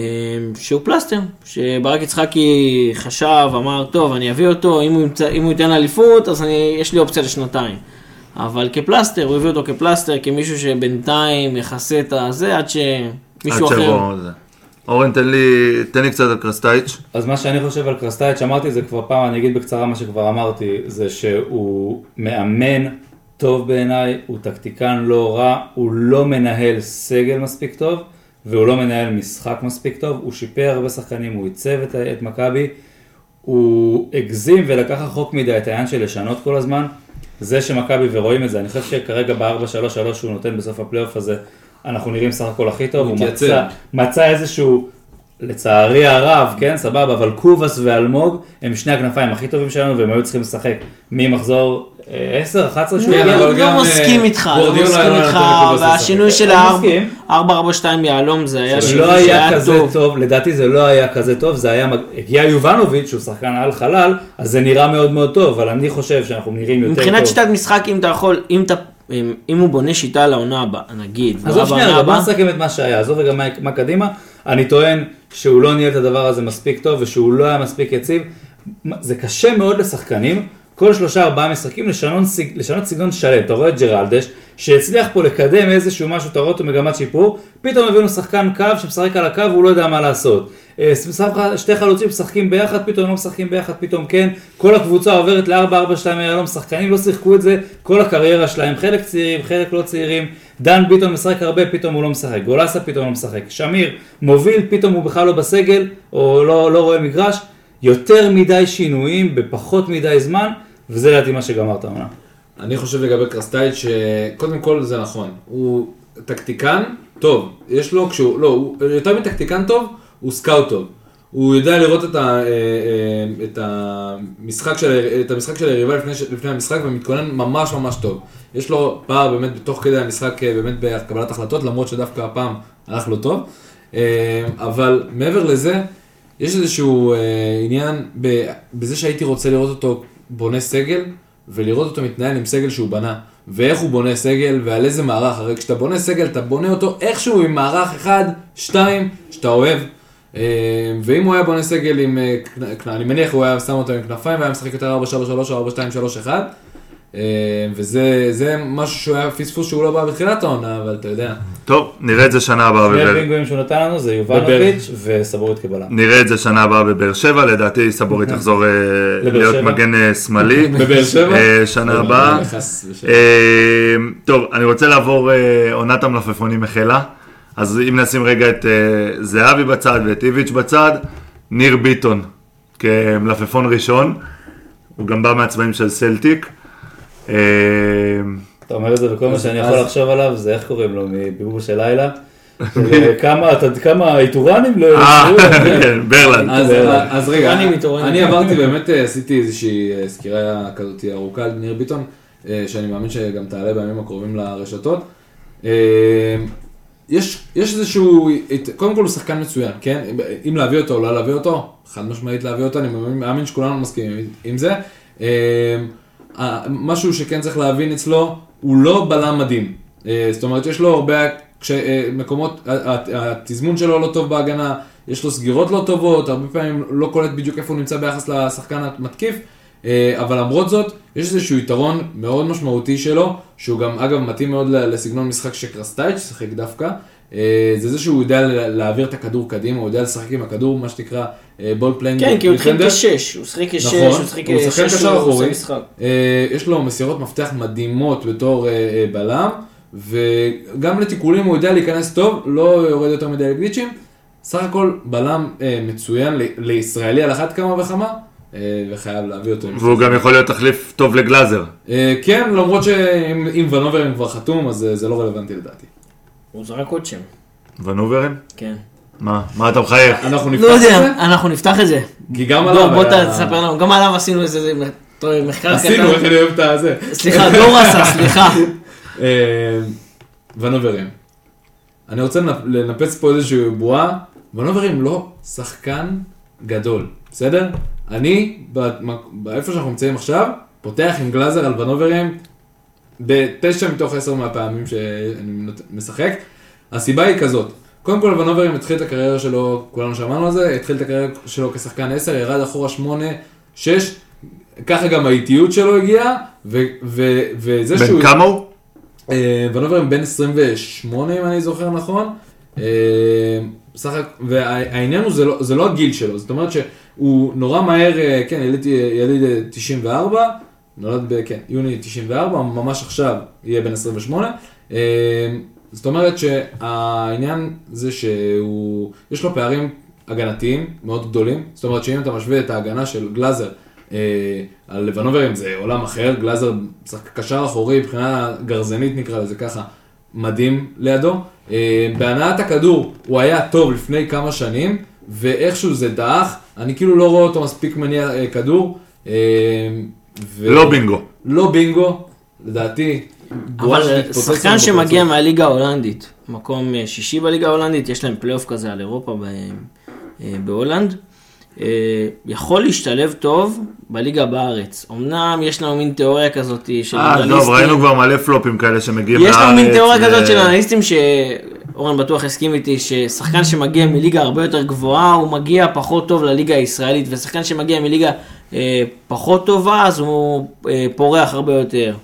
S6: שהוא פלסטר, שברק יצחקי חשב, אמר, טוב, אני אביא אותו, אם הוא, ימצא, אם הוא ייתן לאליפות, אז אני, יש לי אופציה לשנתיים. אבל כפלסטר, הוא הביא אותו כפלסטר, כמישהו שבינתיים יכסה את הזה, עד שמישהו
S1: עד
S6: אחר...
S1: שיבוא זה. אורן, תן לי, תן לי קצת על קרסטייץ'.
S7: אז מה שאני חושב על קרסטייץ', שאמרתי את זה כבר פעם, אני אגיד בקצרה מה שכבר אמרתי, זה שהוא מאמן טוב בעיניי, הוא טקטיקן לא רע, הוא לא מנהל סגל מספיק טוב, והוא לא מנהל משחק מספיק טוב, הוא שיפר הרבה שחקנים, הוא עיצב את, את מכבי, הוא הגזים ולקח רחוק מדי את העניין של לשנות כל הזמן. זה שמכבי ורואים את זה, אני חושב שכרגע ב-4-3-3 שהוא נותן בסוף הפלייאוף הזה, אנחנו נראים סך הכל הכי טוב, הוא
S5: מתייצב.
S7: מצא, מצא איזשהו, לצערי הרב, כן, סבבה, אבל קובאס ואלמוג הם שני הכנפיים הכי טובים שלנו והם היו צריכים לשחק ממחזור אה, 10-11 שהוא
S5: כן,
S7: הגיע.
S5: אבל
S6: אני
S5: גם,
S6: לא מסכים
S5: אה,
S6: איתך, לא
S5: גורדיולה
S6: מסכים
S5: לא נתן
S6: איתך,
S5: לקובס לשחק.
S6: והשינוי של
S7: אני
S6: ה-442
S7: מסכים.
S6: יהלום זה היה
S7: זה
S6: שינוי
S7: לא היה
S6: שהיה
S7: כזה
S6: טוב.
S7: טוב. טוב, לדעתי זה לא היה כזה טוב, זה היה, מג- הגיע יובנוביץ' שהוא שחקן על חלל, אז זה נראה מאוד מאוד טוב, אבל אני חושב שאנחנו נראים יותר טוב.
S6: מבחינת שיטת משחק, אם אתה יכול, אם אתה... אם- אם הוא בונה שיטה לעונה הבאה, נגיד,
S7: עזוב
S6: לעונה
S7: שנייה, רגע, בוא
S6: הבאה,
S7: נסכם את מה שהיה, עזוב רגע מה, מה קדימה. אני טוען שהוא לא ניהל את הדבר הזה מספיק טוב ושהוא לא היה מספיק יציב. מה- זה קשה מאוד לשחקנים, כל שלושה ארבעה משחקים לשנות, סג- לשנות סגנון שלם. אתה רואה את ג'רלדש, שהצליח פה לקדם איזשהו משהו, אתה רואה אותו מגמת שיפור, פתאום הבאנו שחקן קו שמשחק על הקו והוא לא יודע מה לעשות. אה, סבבה, שתי חלוצים משחקים ביחד, פתאום לא משחקים ביחד, פתאום כן. כל הקבוצה עוברת ל-4-4-2 יהלום, שחקנים לא שיחקו את זה כל הקריירה שלהם, חלק צעירים, חלק לא צעירים. דן ביטון משחק הרבה, פתאום הוא לא משחק. גולסה פתאום לא משחק. שמיר מוביל, פתאום הוא בכלל לא בסגל, או לא, לא רואה מגרש. יותר מדי שינויים בפחות מדי זמן, וזה לדעתי מה שגמר את העונה.
S5: אני חושב לגבי קרסטייץ' שקודם כל זה נכון, הוא טקטיקן טוב, יש לו, כשהוא, לא, הוא יותר מטקטיקן טוב, הוא סקאוט טוב. הוא יודע לראות את, ה, אה, אה, את, המשחק של, את המשחק של היריבה לפני, ש- לפני המשחק ומתכונן ממש ממש טוב. יש לו פער באמת תוך כדי המשחק אה, באמת בקבלת החלטות, למרות שדווקא הפעם הלך לו טוב. אה, אבל מעבר לזה, יש איזשהו אה, עניין ב, בזה שהייתי רוצה לראות אותו בונה סגל, ולראות אותו מתנהל עם סגל שהוא בנה, ואיך הוא בונה סגל, ועל איזה מערך, הרי כשאתה בונה סגל, אתה בונה אותו איכשהו עם מערך אחד, שתיים, שאתה אוהב. אה, ואם הוא היה בונה סגל עם, אה, כנ- כנ- אני מניח הוא היה שם אותו עם כנפיים, והיה משחק יותר 4-3-3 או 4-2-3-1. אה, וזה זה משהו שהוא היה פספוס שהוא לא בא בתחילת העונה, אבל אתה יודע.
S1: טוב, נראה את זה שנה הבאה
S8: שני
S1: בבאר
S8: הפינגויים שהוא נתן לנו זה יובנוביץ' וסבורית כבלם.
S1: נראה את זה שנה הבאה בבאר שבע, לדעתי סבורי תחזור אה,
S8: לבאר
S1: להיות
S8: שבע.
S1: מגן אה, שמאלי.
S5: אוקיי. בבאר שבע? לא,
S1: אה, שנה הבאה.
S5: חס ושלום.
S1: אה, טוב, אני רוצה לעבור, אה, עונת המלפפונים החלה. אז אם נשים רגע את אה, זהבי בצד ואת איביץ' בצד, ניר ביטון כמלפפון ראשון. הוא גם בא מהצבעים של סלטיק. אה,
S8: אתה אומר את זה וכל מה שאני יכול
S5: אז-
S8: לחשוב עליו זה איך קוראים לו מביבור של לילה. כאילו, כמה- אתה- כמה איתורנים לא
S1: אה,
S8: ידעו.
S1: כן, ברלנד.
S5: אז-
S8: אה,
S5: אז רגע,
S6: אני מתעורר.
S5: אני עברתי באמת, אה, עשיתי איזושהי אה, סקירה כזאת ארוכה על ניר ביטון, אה, שאני מאמין שגם תעלה בימים הקרובים לרשתות. אה, יש יש איזשהו, את- קודם כל הוא שחקן מצוין, כן? אם להביא אותו או לא להביא אותו, חד משמעית להביא אותו, אני מאמין- מאמין שכולנו מסכימים עם זה. אה, ה- משהו שכן צריך להבין אצלו, הוא לא בלם מדהים. אה, זאת אומרת, יש לו הרבה כש- אה, מקומות, ה- ה- התזמון שלו לא טוב בהגנה, יש לו סגירות לא טובות, הרבה פעמים לא קולט בדיוק איפה הוא נמצא ביחס לשחקן המתקיף, אה, אבל למרות זאת, יש איזשהו יתרון מאוד משמעותי שלו, שהוא גם אגב מתאים מאוד ל- לסגנון משחק שקרסטייץ' שיחק דווקא, אה, זה זה שהוא יודע ל- להעביר את הכדור קדימה, הוא יודע לשחק עם הכדור, מה שנקרא אה, בול פליינג.
S6: כן, כי הוא התחיל כשש, הוא שחק כשש,
S5: נכון,
S6: הוא שחק
S5: הוא שחקן
S6: כשש,
S5: קשר
S6: הוא עושה
S5: אחורי.
S6: משחק.
S5: אה, יש לו מסירות מפתח מדהימות בתור אה, אה, בלם, וגם לתיקולים הוא יודע להיכנס טוב, לא יורד יותר מדי לגליצ'ים. סך הכל בלם אה, מצוין ל- לישראלי על אחת כמה וכמה, אה, וחייב להביא אותו. עם
S1: והוא גם יכול להיות תחליף טוב לגלאזר.
S5: אה, כן, למרות שאם ונוברן כבר חתום, אז אה, זה לא רלוונטי לדעתי.
S6: הוא זרק עוד שם.
S1: ונוברן?
S6: כן.
S1: מה? מה אתה מחייך?
S5: אנחנו
S6: לא
S5: נפתח את
S6: יודע,
S5: זה,
S6: אנחנו נפתח את זה.
S5: כי גם עליו
S6: דור, בוא
S5: היה-
S6: תספר לנו, גם עליו עשינו איזה זה- טוב, מחקר
S5: עשינו, איך
S6: קטן.
S5: אני אוהב את הזה.
S6: סליחה, דור עשה, סליחה.
S5: אה, ונוברים. אני רוצה לנפ- לנפץ פה איזושהי בועה. ונוברים לא שחקן גדול, בסדר? אני, במק- באיפה שאנחנו נמצאים עכשיו, פותח עם גלאזר על ונוברים בתשע מתוך עשר מהפעמים שאני נות- משחק. הסיבה היא כזאת, קודם כל ונוברים התחיל את הקריירה שלו, כולנו שמענו על זה, התחיל את הקריירה שלו כשחקן 10, ירד אחורה 8, 6, ככה גם האיטיות שלו הגיעה, ו- ו- וזה שהוא...
S1: בן כמה הוא?
S5: אה, ונוברם בן 28 אם אני זוכר נכון. אה, סך הכ- והעניין הוא זה לא, זה לא הגיל שלו, זאת אומרת שהוא נורא מהר, אה, כן, יליד, יליד אה, 94, נולד ב... כן, יוני 94, ממש עכשיו יהיה בן 28. אה, זאת אומרת שהעניין זה שהוא, יש לו פערים הגנתיים מאוד גדולים, זאת אומרת שאם אתה משווה את ההגנה של גלאזר אה, על לבנוברים זה עולם אחר, גלאזר שחק- קשר אחורי מבחינה גרזנית נקרא לזה ככה, מדהים לידו. אה, בהנעת הכדור הוא היה טוב לפני כמה שנים, ואיכשהו זה דעך, אני כאילו לא רואה אותו מספיק מניע אה, כדור. אה, ו...
S1: לא בינגו.
S5: לא בינגו, לדעתי. בועה
S6: אבל אה,
S5: שתתפוצץ
S6: שחקן
S5: לנו
S6: שמגיע
S5: בפרצוף.
S6: מהליגה ההולנדית, מקום אה, שישי בליגה ההולנדית, יש להם פלייאוף כזה על אירופה ב- אה, בהולנד, אה, יכול להשתלב טוב בליגה בארץ. אמנם יש לנו מין תיאוריה כזאת של
S1: אה,
S6: אנליסטים.
S1: טוב, ראינו כבר מלא פלופים כאלה שמגיעים לארץ. אה,
S6: יש לנו מין תיאוריה
S1: ו-
S6: כזאת של אנליסטים שאורן בטוח יסכים איתי, ששחקן שמגיע מליגה הרבה יותר גבוהה, הוא מגיע פחות טוב לליגה הישראלית, ושחקן שמגיע מליגה אה, פחות טובה, אז הוא אה, פורח הרבה יותר.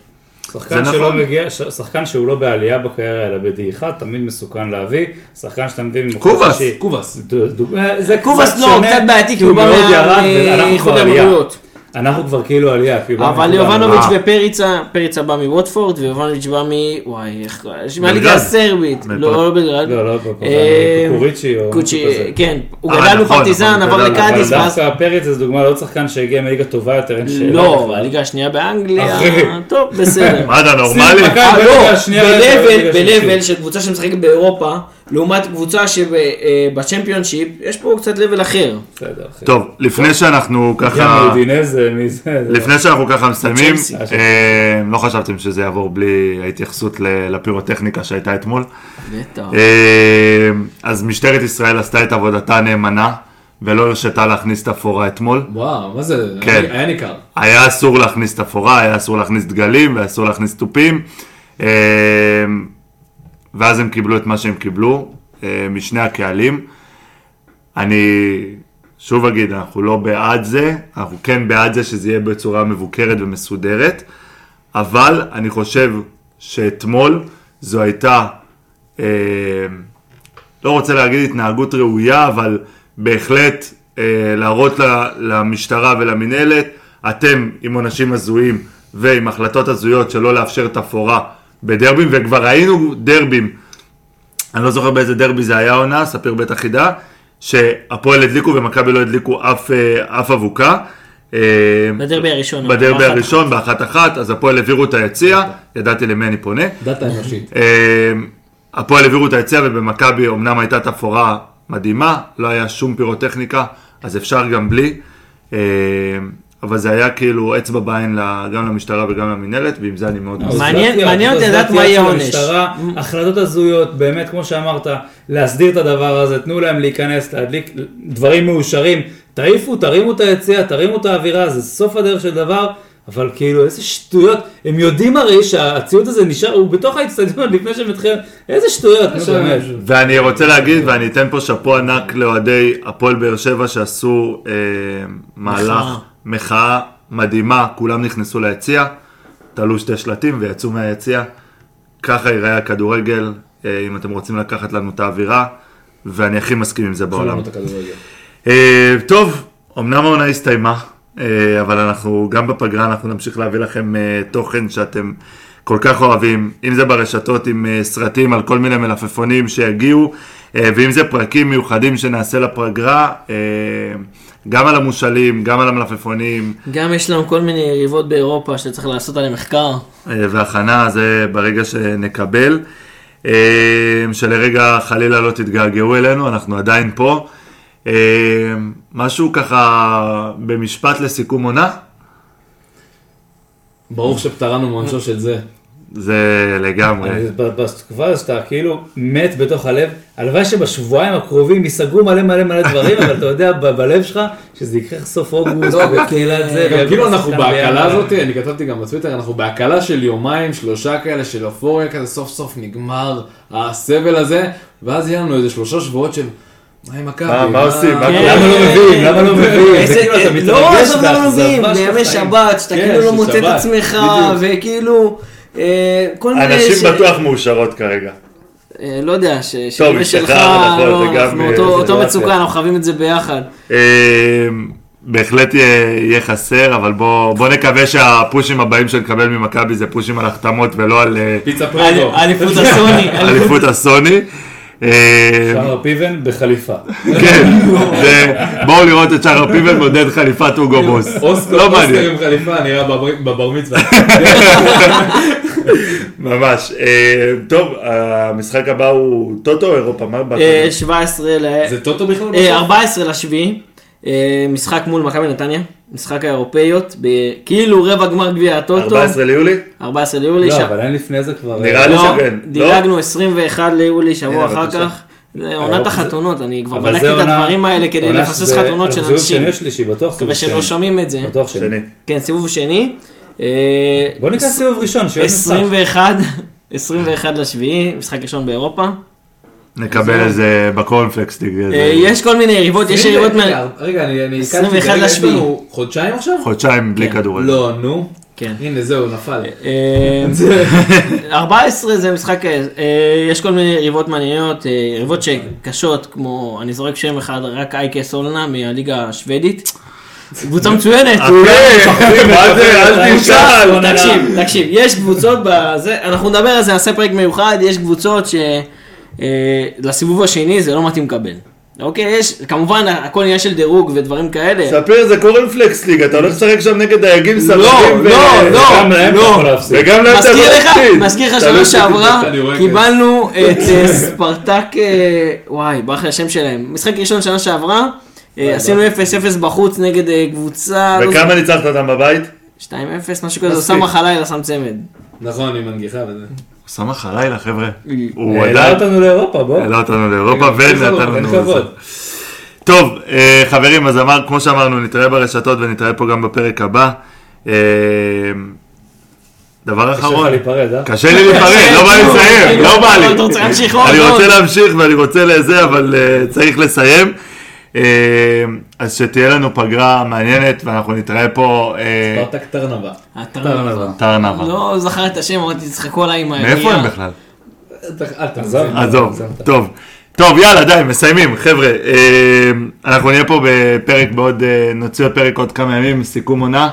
S1: זה
S8: שחקן שלא
S1: נכון.
S8: מגיע, ש- שחקן שהוא לא בעלייה בקריירה אלא בדעיכה, תמיד מסוכן להביא, שחקן שאתה מביא ממקום
S1: קובס,
S8: שישי.
S5: קובס.
S8: דו- דו- אה, זה
S6: קובס
S8: קצת
S6: לא,
S8: שונה,
S6: קצת בעייתי, כי הוא בא
S8: מאוד
S6: מה-
S8: ירד, ואנחנו
S6: מאיחוד
S8: בעלייה.
S6: האמירויות.
S7: אנחנו כבר כאילו עלייה. כי יובנוביץ'
S6: אבל
S7: הוא גם-
S6: יובנוביץ'
S1: אה.
S6: ופריצה, פריצה בא מווטפורד, ויובנוביץ' בא מ... וואי, איך... יש מהליגה
S1: בלגרד.
S6: הסרבית.
S1: מפר-
S6: לא, לא בגרד.
S7: לא, לא, בפרטן,
S6: אה,
S7: קוקוריצ'י או
S6: קוצ'י,
S7: משהו כזה.
S6: כן. הוא
S1: אה,
S6: גדל
S1: נכון,
S6: בפרטיזן,
S1: נכון, הוא
S6: עבר
S1: גדל, אבל
S7: אבל
S6: לקאדיס, ואז...
S7: דווקא פרץ זה דוגמה
S8: לא
S7: לעוד שחקן שהגיע מליגה טובה יותר, אין שאלה.
S6: לא, הליגה השנייה באנגליה.
S7: אחי.
S6: טוב, בסדר.
S1: מה אתה נורמלי?
S7: שים מכבי.
S6: אה, לא,
S7: בליגה השנייה,
S6: ב-level,
S7: בליגה השלישית.
S6: ב-level של קבוצה שמשחקת באירופה, לעומת קבוצה שבצ'מפיונשיפ, יש פה קצת level אחר.
S7: בסדר, אחי.
S1: טוב, לפני שאנחנו
S7: גם
S1: ככה...
S7: אודינזה, מי זה? זה-
S1: לפני שאנחנו ככה מסיימים,
S6: צ'לסי.
S1: אה, לא חשבתם שזה יעבור בלי ההתייחסות ל- לפירוטכניקה שהייתה אתמול.
S6: בטח.
S1: אה, אז משטרת ישראל עשתה את עבודתה נאמנה, ולא הרשתה להכניס את הפורה אתמול.
S5: וואו, מה זה?
S1: כן.
S5: היה היה ניכר.
S1: היה אסור להכניס את אפורה, היה אסור להכניס דגלים, היה אסור להכניס תופים. אה, ואז הם קיבלו את מה שהם קיבלו אה, משני הקהלים. אני שוב אגיד, אנחנו לא בעד זה, אנחנו כן בעד זה שזה יהיה בצורה מבוקרת ומסודרת, אבל אני חושב שאתמול זו הייתה, אה, לא רוצה להגיד התנהגות ראויה, אבל בהחלט אה, להראות ל- למשטרה ולמינהלת, אתם עם עונשים הזויים ועם החלטות הזויות שלא לאפשר תפאורה בדרבים, וכבר ראינו דרבים אני לא זוכר באיזה דרבי זה היה עונה, ספיר בית החידה, שהפועל הדליקו ומכבי לא הדליקו אף, אה, אף אבוקה. אה,
S6: בדרבי הראשון.
S1: בדרבי
S6: אחת.
S1: הראשון, באחת אחת, אז הפועל העבירו את היציע, ידעתי למי אני פונה.
S5: דאטה אנושית.
S1: אה, הפועל העבירו את היציע ובמכבי אמנם הייתה תפאורה מדהימה, לא היה שום פירוטכניקה, אז אפשר גם בלי. אה, אבל זה היה כאילו אצבע בעין ל- גם למשטרה וגם למינהלת, ועם זה אני מאוד... מסכים.
S6: מעניין-
S7: אוזלת יד,
S6: מעניין אותי
S7: אוזלת
S6: לדעת
S7: יד
S6: מה
S7: של
S6: יהיה העונש.
S7: המשטרה, החלטות הזויות, באמת, כמו שאמרת, להסדיר את הדבר הזה, תנו להם להיכנס, להדליק דברים מאושרים, תעיפו, תרימו את היציע, תרימו את האווירה, זה סוף הדרך של דבר. אבל כאילו, איזה שטויות, הם יודעים הרי שהציוד הזה נשאר, הוא בתוך האצטדיון לפני שהם התחילו, איזה שטויות, נו באמת.
S1: ואני רוצה להגיד, ואני אתן פה שאפו ענק לאוהדי הפועל באר שבע שעשו אה, מהלך,
S6: מחאה.
S1: מחאה מדהימה, כולם נכנסו ליציע, תלו שתי שלטים ויצאו מהיציע. ככה ייראה הכדורגל, אה, אם אתם רוצים לקחת לנו את האווירה, ואני הכי מסכים עם זה בעולם. אה, טוב, אמנם העונה הסתיימה, אה, אבל אנחנו גם בפגרה אנחנו נמשיך להביא לכם אה, תוכן שאתם כל כך אוהבים, אם זה ברשתות עם אה, סרטים על כל מיני מלפפונים שיגיעו, אה, ואם זה פרקים מיוחדים שנעשה לפגרה, אה, גם על המושאלים, גם על המלפפונים
S6: גם יש לנו כל מיני יריבות באירופה שצריך לעשות עליהן מחקר.
S1: אה, והכנה, זה ברגע שנקבל. אה, שלרגע חלילה לא תתגעגעו אלינו, אנחנו עדיין פה. אה, משהו ככה במשפט לסיכום עונה?
S5: ברוך שפטרנו מעונשו של זה.
S6: אה,
S1: זה לגמרי.
S5: אה.
S7: אני- ב- בתקופה הזאת שאתה כאילו מת בתוך הלב, הלוואי שבשבועיים הקרובים ייסגרו מלא מלא מלא דברים, אבל אתה יודע ב- בלב שלך שזה יקרה סוף אוגוסט, בקהילת זה.
S5: לא,
S6: אה,
S5: גם כאילו אנחנו
S7: שחקן
S5: בהקלה
S7: ביחד.
S5: הזאת, אני כתבתי גם בטוויטר, אנחנו בהקלה של יומיים, שלושה כאלה של אופוריה כזה, סוף סוף נגמר הסבל הזה, ואז יהיה לנו איזה שלושה שבועות של מה עם מכבי?
S1: מה- מה עושים? מה
S6: כן.
S1: קורה?
S7: למה לא מביאים? למה לא מביאים?
S6: איזה-
S7: זה כאילו אתה מתרגש
S6: לא, עזוב למה לא
S7: באכזבה
S6: מביאים,
S7: של
S6: בימי
S7: חיים.
S6: שבת, שאתה
S7: כן,
S6: כאילו לא
S7: של
S6: מוצא את
S7: שבת,
S6: עצמך,
S7: בדיוק.
S6: וכאילו, אה, כל מיני... ש-
S1: הנשים בטוח מאושרות כרגע.
S6: אה, לא יודע, ש-
S1: טוב,
S6: שלי
S1: אשתך,
S6: ושלך,
S1: נכון,
S6: לא,
S1: זה גם,
S6: אנחנו
S1: אה,
S6: אותו-
S1: זה
S6: אותו
S7: לא
S6: מצוקה,
S7: יפה.
S6: אנחנו חווים את זה ביחד.
S1: אה, בהחלט יהיה יהיה חסר, אבל בוא בוא נקווה שהפושים הבאים שנקבל ממכבי זה פושים על החתמות ולא על אה,
S5: פיצה פרדו.
S6: אל- אליפות הסוני, אליפות-
S1: אליפות הסוני. אה,
S7: שחר פיבן בחליפה.
S1: כן, זה- בואו לראות את שחר פיבל מודד חליפת אוגו בוס.
S5: אוסטר
S1: לא
S5: אוסטר
S1: מעניין,
S5: עם חליפה נראה בבר- בבר מצווה.
S1: ממש. אה, טוב, המשחק הבא הוא טוטו או אירופה, מה באת?
S6: אה, 17 ל...
S5: זה טוטו בכלל?
S6: אה,
S5: בסוף?
S6: 14 לשביעי, אה, משחק מול מכבי נתניה, משחק האירופאיות, ב- כאילו רבע גמר גביע הטוטו,
S1: 14 ליולי?
S6: 14 ליולי, ש-
S7: לא, אבל אין לפני זה כבר... אה,
S1: נראה לי
S6: לא,
S1: שכן. לא?
S6: דילגנו 21 ליולי, שבוע
S1: הנה,
S6: אחר
S1: בבקשה.
S6: כך. זה עונת
S7: אבל
S6: החתונות, אני כבר
S7: אה, אוקיי. אבל
S6: בדקתי
S7: זה
S6: את
S7: עונה-
S6: הדברים האלה כדי
S7: עונה
S6: לפסס
S7: שזה-
S6: חתונות של
S7: אנחנו
S6: אנשים.
S7: סיבוב שני שלישי, בטוח סיבוב
S6: מקווה שלא
S7: שני.
S6: שומעים את זה.
S7: בטוח שני.
S1: שני.
S6: כן, סיבוב שני. אה,
S7: בוא ניקח סיבוב ראשון, שיהיה משחק.
S6: 21, 21 לשביעי, משחק ראשון באירופה.
S1: נקבל איזה בקורנפלקס. תגיד,
S6: אה,
S7: לא
S1: איזה-
S6: יש כל מיני יריבות, יש יריבות
S5: רגע,
S6: מה...
S5: רגע, אני... אני-
S6: 21
S5: רגע, יש
S6: לשביעי.
S5: לנו חודשיים עכשיו?
S1: חודשיים בלי כדורגל.
S5: לא, נו.
S6: כן.
S5: הנה, זהו, נפל.
S6: אה, 14 זה משחק, אה, יש כל מיני יריבות מעניינות, אה, יריבות שקשות, כמו, אני זורק שם אחד, רק אייקה סולנה מהליגה השוודית. קבוצה מצוינת. הוא-
S1: אה, כן. מה זה, אל תשאל.
S7: אה,
S6: תקשיב, תקשיב, יש קבוצות בזה, אנחנו נדבר על זה, נעשה פרק מיוחד, יש קבוצות ש... אה, לסיבוב השני זה לא מתאים לקבל. אוקיי, יש, כמובן הכל עניין של דירוג ודברים כאלה.
S1: ספר, זה קורנפלקס ליג, אתה הולך לשחק שם נגד דייגים סרטים.
S6: לא, לא.
S7: גם להם אתה יכול להפסיד.
S1: וגם להם אתה לא
S6: מזכיר לך,
S1: מפסיד.
S6: מזכיר לך
S1: אתה לא
S6: שנה
S1: מפסיד.
S6: שעברה
S5: אני רואה
S6: קיבלנו את אה, ספרטק, אה, וואי, ברח לי השם שלהם. משחק ראשון שנה שעברה, אה, עשינו 0-0 בחוץ נגד אה, קבוצה, לא
S1: וכמה ניצחת אותם בבית?
S6: זוכר, 2-0, משהו כזה, סמך הלילה שם צמד.
S5: נכון, עם הנגיחה וזה.
S1: הוא שמח הלילה, חבר'ה. הוא
S7: אה, לא
S8: העלה
S1: עדיין...
S8: אותנו לאירופה,
S5: אה,
S8: בוא.
S5: לא,
S1: העלה אותנו לאירופה ונתן
S8: אין
S1: לנו...
S8: כבוד.
S1: טוב, אה, חברים, אז אמר, כמו שאמרנו, נתראה ברשתות ונתראה פה גם בפרק הבא. אה, דבר
S8: קשה
S1: אחרון,
S8: לך להיפרד, אה?
S1: קשה לי להיפרד, לא בא לי לסיים, לא בא לי.
S6: אתה רוצה להמשיך עוד?
S1: אני
S6: עוד?
S1: רוצה להמשיך ואני רוצה לזה, אבל אה, צריך לסיים. אה, אז שתהיה לנו פגרה מעניינת ואנחנו נתראה פה אה,
S5: פרטק טרנבה. לא,
S6: אתה-
S1: טרנבה.
S6: לא זכר את השם, אמרתי, תצחקו עליי עם ההגיעה.
S1: מאיפה הם בכלל?
S5: אל תעזוב.
S1: עזוב, טוב. טוב, יאללה, די, מסיימים, חבר'ה. אה, אנחנו נהיה פה בפרק בעוד, אה, נוציא עוד פרק עוד כמה ימים, סיכום עונה.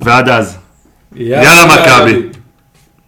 S1: ועד אז, יאללה מכבי.